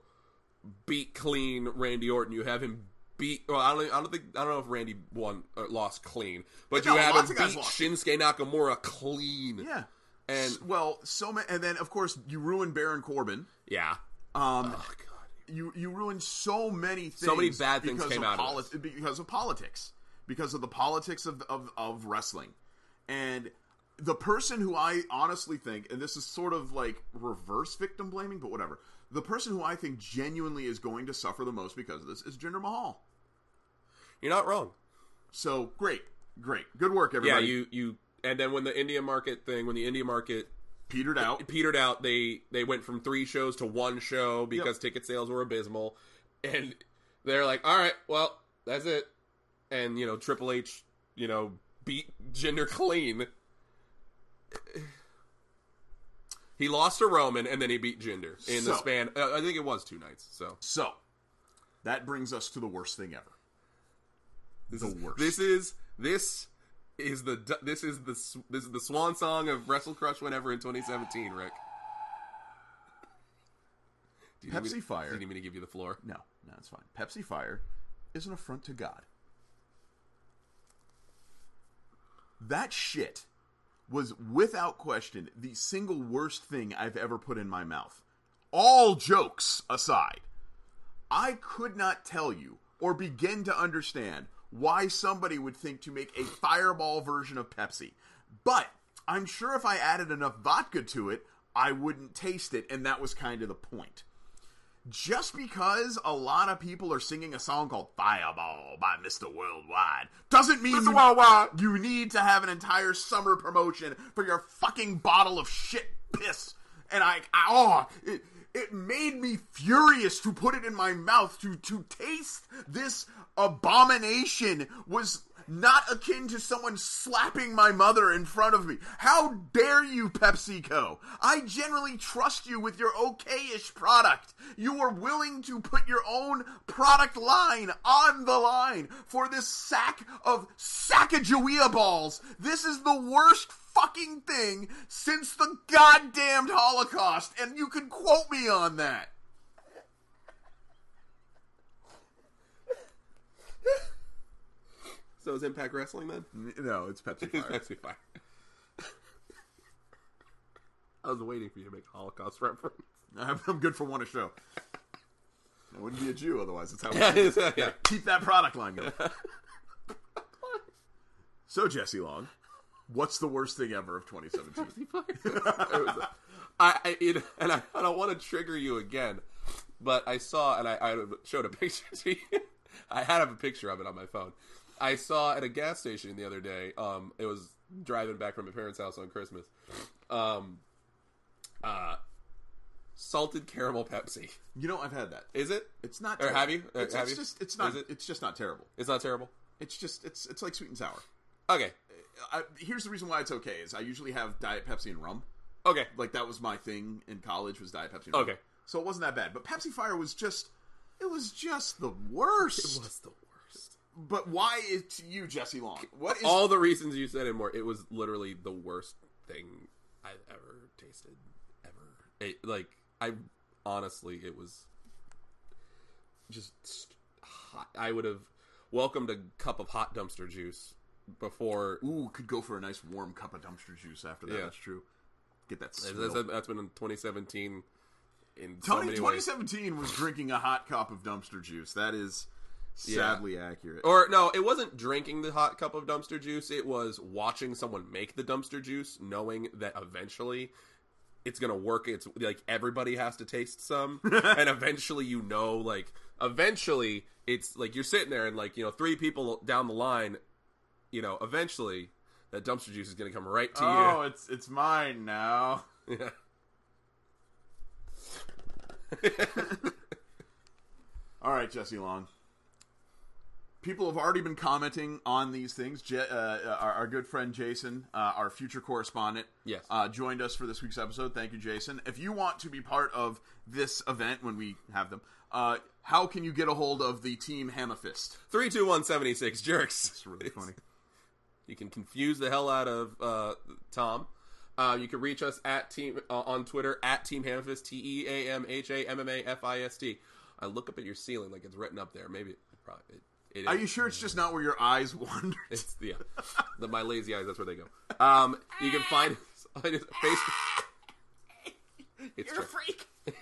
beat clean Randy Orton. You have him beat. Well, I don't, I don't think I don't know if Randy won or lost clean, but No, you have lots him of guys beat lost. Shinsuke Nakamura clean. Yeah. and well, so many, and then of course you ruined Baron Corbin. yeah, Um, oh god. you you ruined so many things. So many bad things because came of out of polit- because of politics, because of the politics of, of of wrestling, and the person who I honestly think, and this is sort of like reverse victim blaming, but whatever. The person who I think genuinely is going to suffer the most because of this is Jinder Mahal. You're not wrong. So great, great, good work, everybody. Yeah, you you and then when the India market thing, when the India market petered out. petered out, they they went from three shows to one show because ticket sales were abysmal, and they're like, all right, well, that's it, and you know Triple H, you know beat Gender clean. He lost to Roman, and then he beat Gender in the So- span. Uh, I think it was two nights. So So that brings us to the worst thing ever. this The is worst. this is this is the du- this is the s- this is the swan song of Wrestle Crush whenever in 2017, Rick. Do you need me- Pepsi Fire. Do you need me to give you the floor? No, no, it's fine. Pepsi Fire is an affront to God. That shit was without question the single worst thing I've ever put in my mouth. All jokes aside, I could not tell you or begin to understand why somebody would think to make a fireball version of Pepsi. But I'm sure if I added enough vodka to it, I wouldn't taste it, and that was kind of the point just because a lot of people are singing a song called Fireball by Mr. Worldwide doesn't mean you, you need to have an entire summer promotion for your fucking bottle of shit piss. And I, I oh, it, it made me furious to put it in my mouth to to taste this abomination was not akin to someone slapping my mother in front of me. How dare you, PepsiCo? I generally trust you with your okay-ish product. You are willing to put your own product line on the line for this sack of Sacagawea balls. This is the worst fucking thing since the goddamned Holocaust, and you can quote me on that. So is Impact Wrestling then? No, it's Pepsi Pepsi Fire. I was waiting for you to make a Holocaust reference. I'm, I'm good for one a show. I wouldn't be a Jew otherwise. That's how. yeah. Keep that product line going. so Jesse Long, what's the worst thing ever of 2017? Pepsi Fire. It was- I, I it, and I, I don't want to trigger you again, but I saw and I, I showed a picture to you. I had a picture of it on my phone. I saw at a gas station the other day. Um, it was driving back from my parents' house on Christmas. Um, uh, salted caramel Pepsi. You know, I've had that. Is it? It's not. Or terrible. have you? Or It's, have it's you? just. It's not. Is it? It's just not terrible. It's not terrible. It's just. It's. It's like sweet and sour. Okay. I, here's the reason why it's okay is I usually have Diet Pepsi and rum. Okay. Like that was my thing in college was Diet Pepsi. And rum. Okay. So it wasn't that bad, but Pepsi Fire was just. It was just the worst. was the worst. But why it to you, Jesse Long? What is all the reasons you said and more. It was literally the worst thing I've ever tasted, ever. It, like I honestly, it was just hot. I would have welcomed a cup of hot dumpster juice before. Ooh, could go for a nice warm cup of dumpster juice after that. Yeah. That's true. Get that. That's, Smell. that's that's been in 2017. In so Tony many ways. 2017 was drinking a hot cup of dumpster juice. That is sadly accurate. Or no, it wasn't drinking the hot cup of dumpster juice. It was watching someone make the dumpster juice, knowing that eventually it's gonna work. It's like everybody has to taste some, and eventually you know, like eventually it's like you're sitting there and like you know three people down the line, you know, eventually that dumpster juice is gonna come right to oh, it's it's mine now. you. Yeah. All right, Jesse Long. People have already been commenting on these things. Je- uh, uh, our, our good friend Jason, uh, our future correspondent, Yes. uh, joined us for this week's episode. Thank you, Jason. If you want to be part of this event when we have them, uh, how can you get a hold of the team Hammerfist? Three, two, one, seventy-six jerks. It's really funny. You can confuse the hell out of uh, Tom. Uh, you can reach us at team uh, on Twitter at Team Hamfist T E A M H A M M A F I S T. I look up at your ceiling like it's written up there. Maybe it, probably it, it is. Are you sure it's just not where your eyes wander? It's yeah. the, my lazy eyes. That's where they go. Um, you can find us on his Facebook. It's true. freak. freak.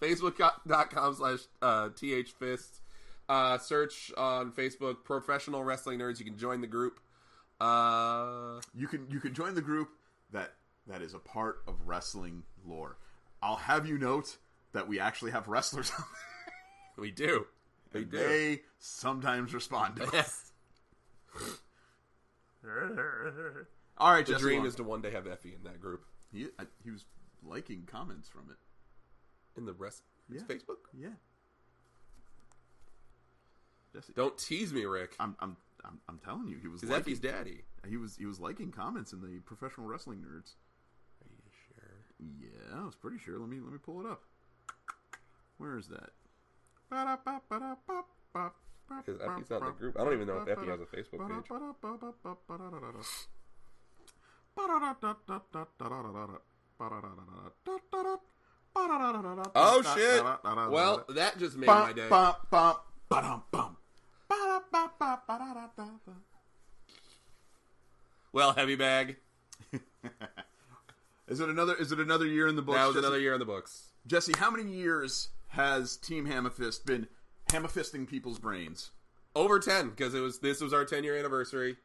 facebook.com slash uh, thfist uh, search on facebook professional wrestling nerds you can join the group uh, You can you can join the group that that is a part of wrestling lore. I'll have you note that we actually have wrestlers on we do we do there. They sometimes respond to us. Yes. All right, The Jesse dream Long. is to one day have Effie in that group. He, I, he was liking comments from it. In the rest it's Yeah. Facebook? Yeah. Jesse, Don't tease me, Rick. I'm I'm I'm, I'm telling you, he was He's liking, Effie's daddy. he was he was liking comments in the professional wrestling nerds. Are you sure? Yeah, I was pretty sure. Let me let me pull it up. Where is that? Because Effie's not in the group. I don't even know if Effie has a Facebook page. Oh shit! Well, that just made my day. Well, heavy bag. Is it another? Is it another year in the books? That was Jesse? another year in the books. Jesse, how many years has Team Hammerfist been hammerfisting people's brains? Over ten because it was this was our ten year anniversary.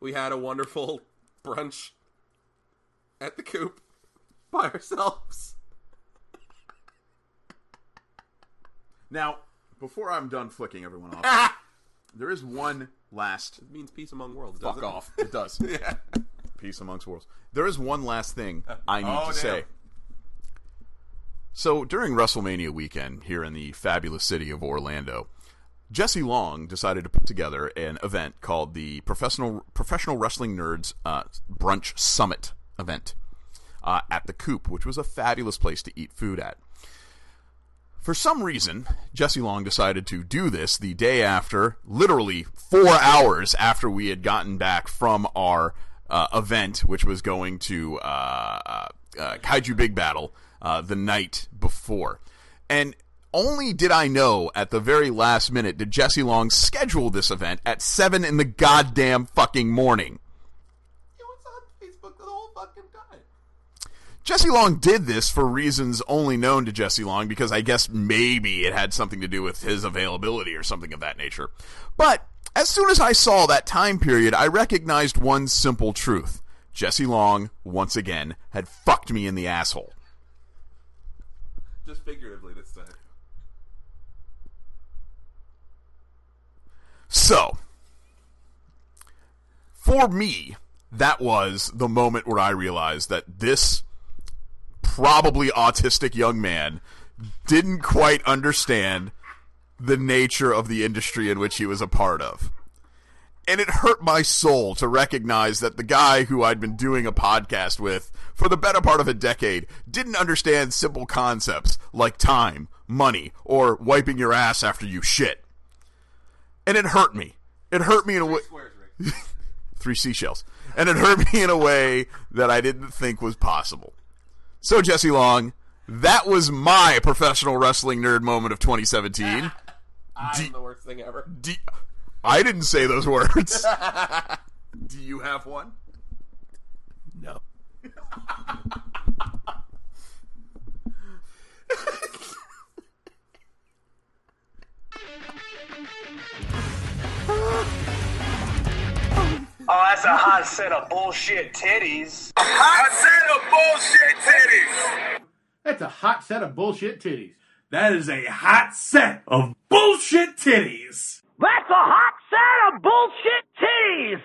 We had a wonderful brunch at the coop by ourselves. Now, before I'm done flicking everyone off, there is one last It means peace among worlds. fuck doesn't it? off. It does. Peace amongst worlds. There is one last thing I need Oh, to damn. say. So during WrestleMania weekend here in the fabulous city of Orlando, Jesse Long decided to put together an event called the Professional Professional Wrestling Nerds uh, Brunch Summit event uh, at the Coop, which was a fabulous place to eat food at. For some reason, Jesse Long decided to do this the day after, literally four hours after we had gotten back from our uh, event, which was going to uh, uh, Kaiju Big Battle uh, the night before. And only did I know at the very last minute did Jesse Long schedule this event at 7 in the goddamn fucking morning. It was on Facebook the whole fucking time. Jesse Long did this for reasons only known to Jesse Long because I guess maybe it had something to do with his availability or something of that nature. But as soon as I saw that time period, I recognized one simple truth. Jesse Long, once again, had fucked me in the asshole. Just figuratively this time. So, for me, that was the moment where I realized that this probably autistic young man didn't quite understand the nature of the industry in which he was a part of. And it hurt my soul to recognize that the guy who I'd been doing a podcast with for the better part of a decade didn't understand simple concepts like time, money, or wiping your ass after you shit and it hurt me. It hurt me in a way. Squares, Rick. Three seashells, and it hurt me in a way that I didn't think was possible. So Jesse Long, That was my professional wrestling nerd moment of 2017. I'm D- the worst thing ever. Do, I didn't say those words. Do you have one? No. Oh, that's a hot set of bullshit titties. Hot set of bullshit titties. That's a hot set of bullshit titties. That is a hot set of bullshit titties. That's a hot set of bullshit titties.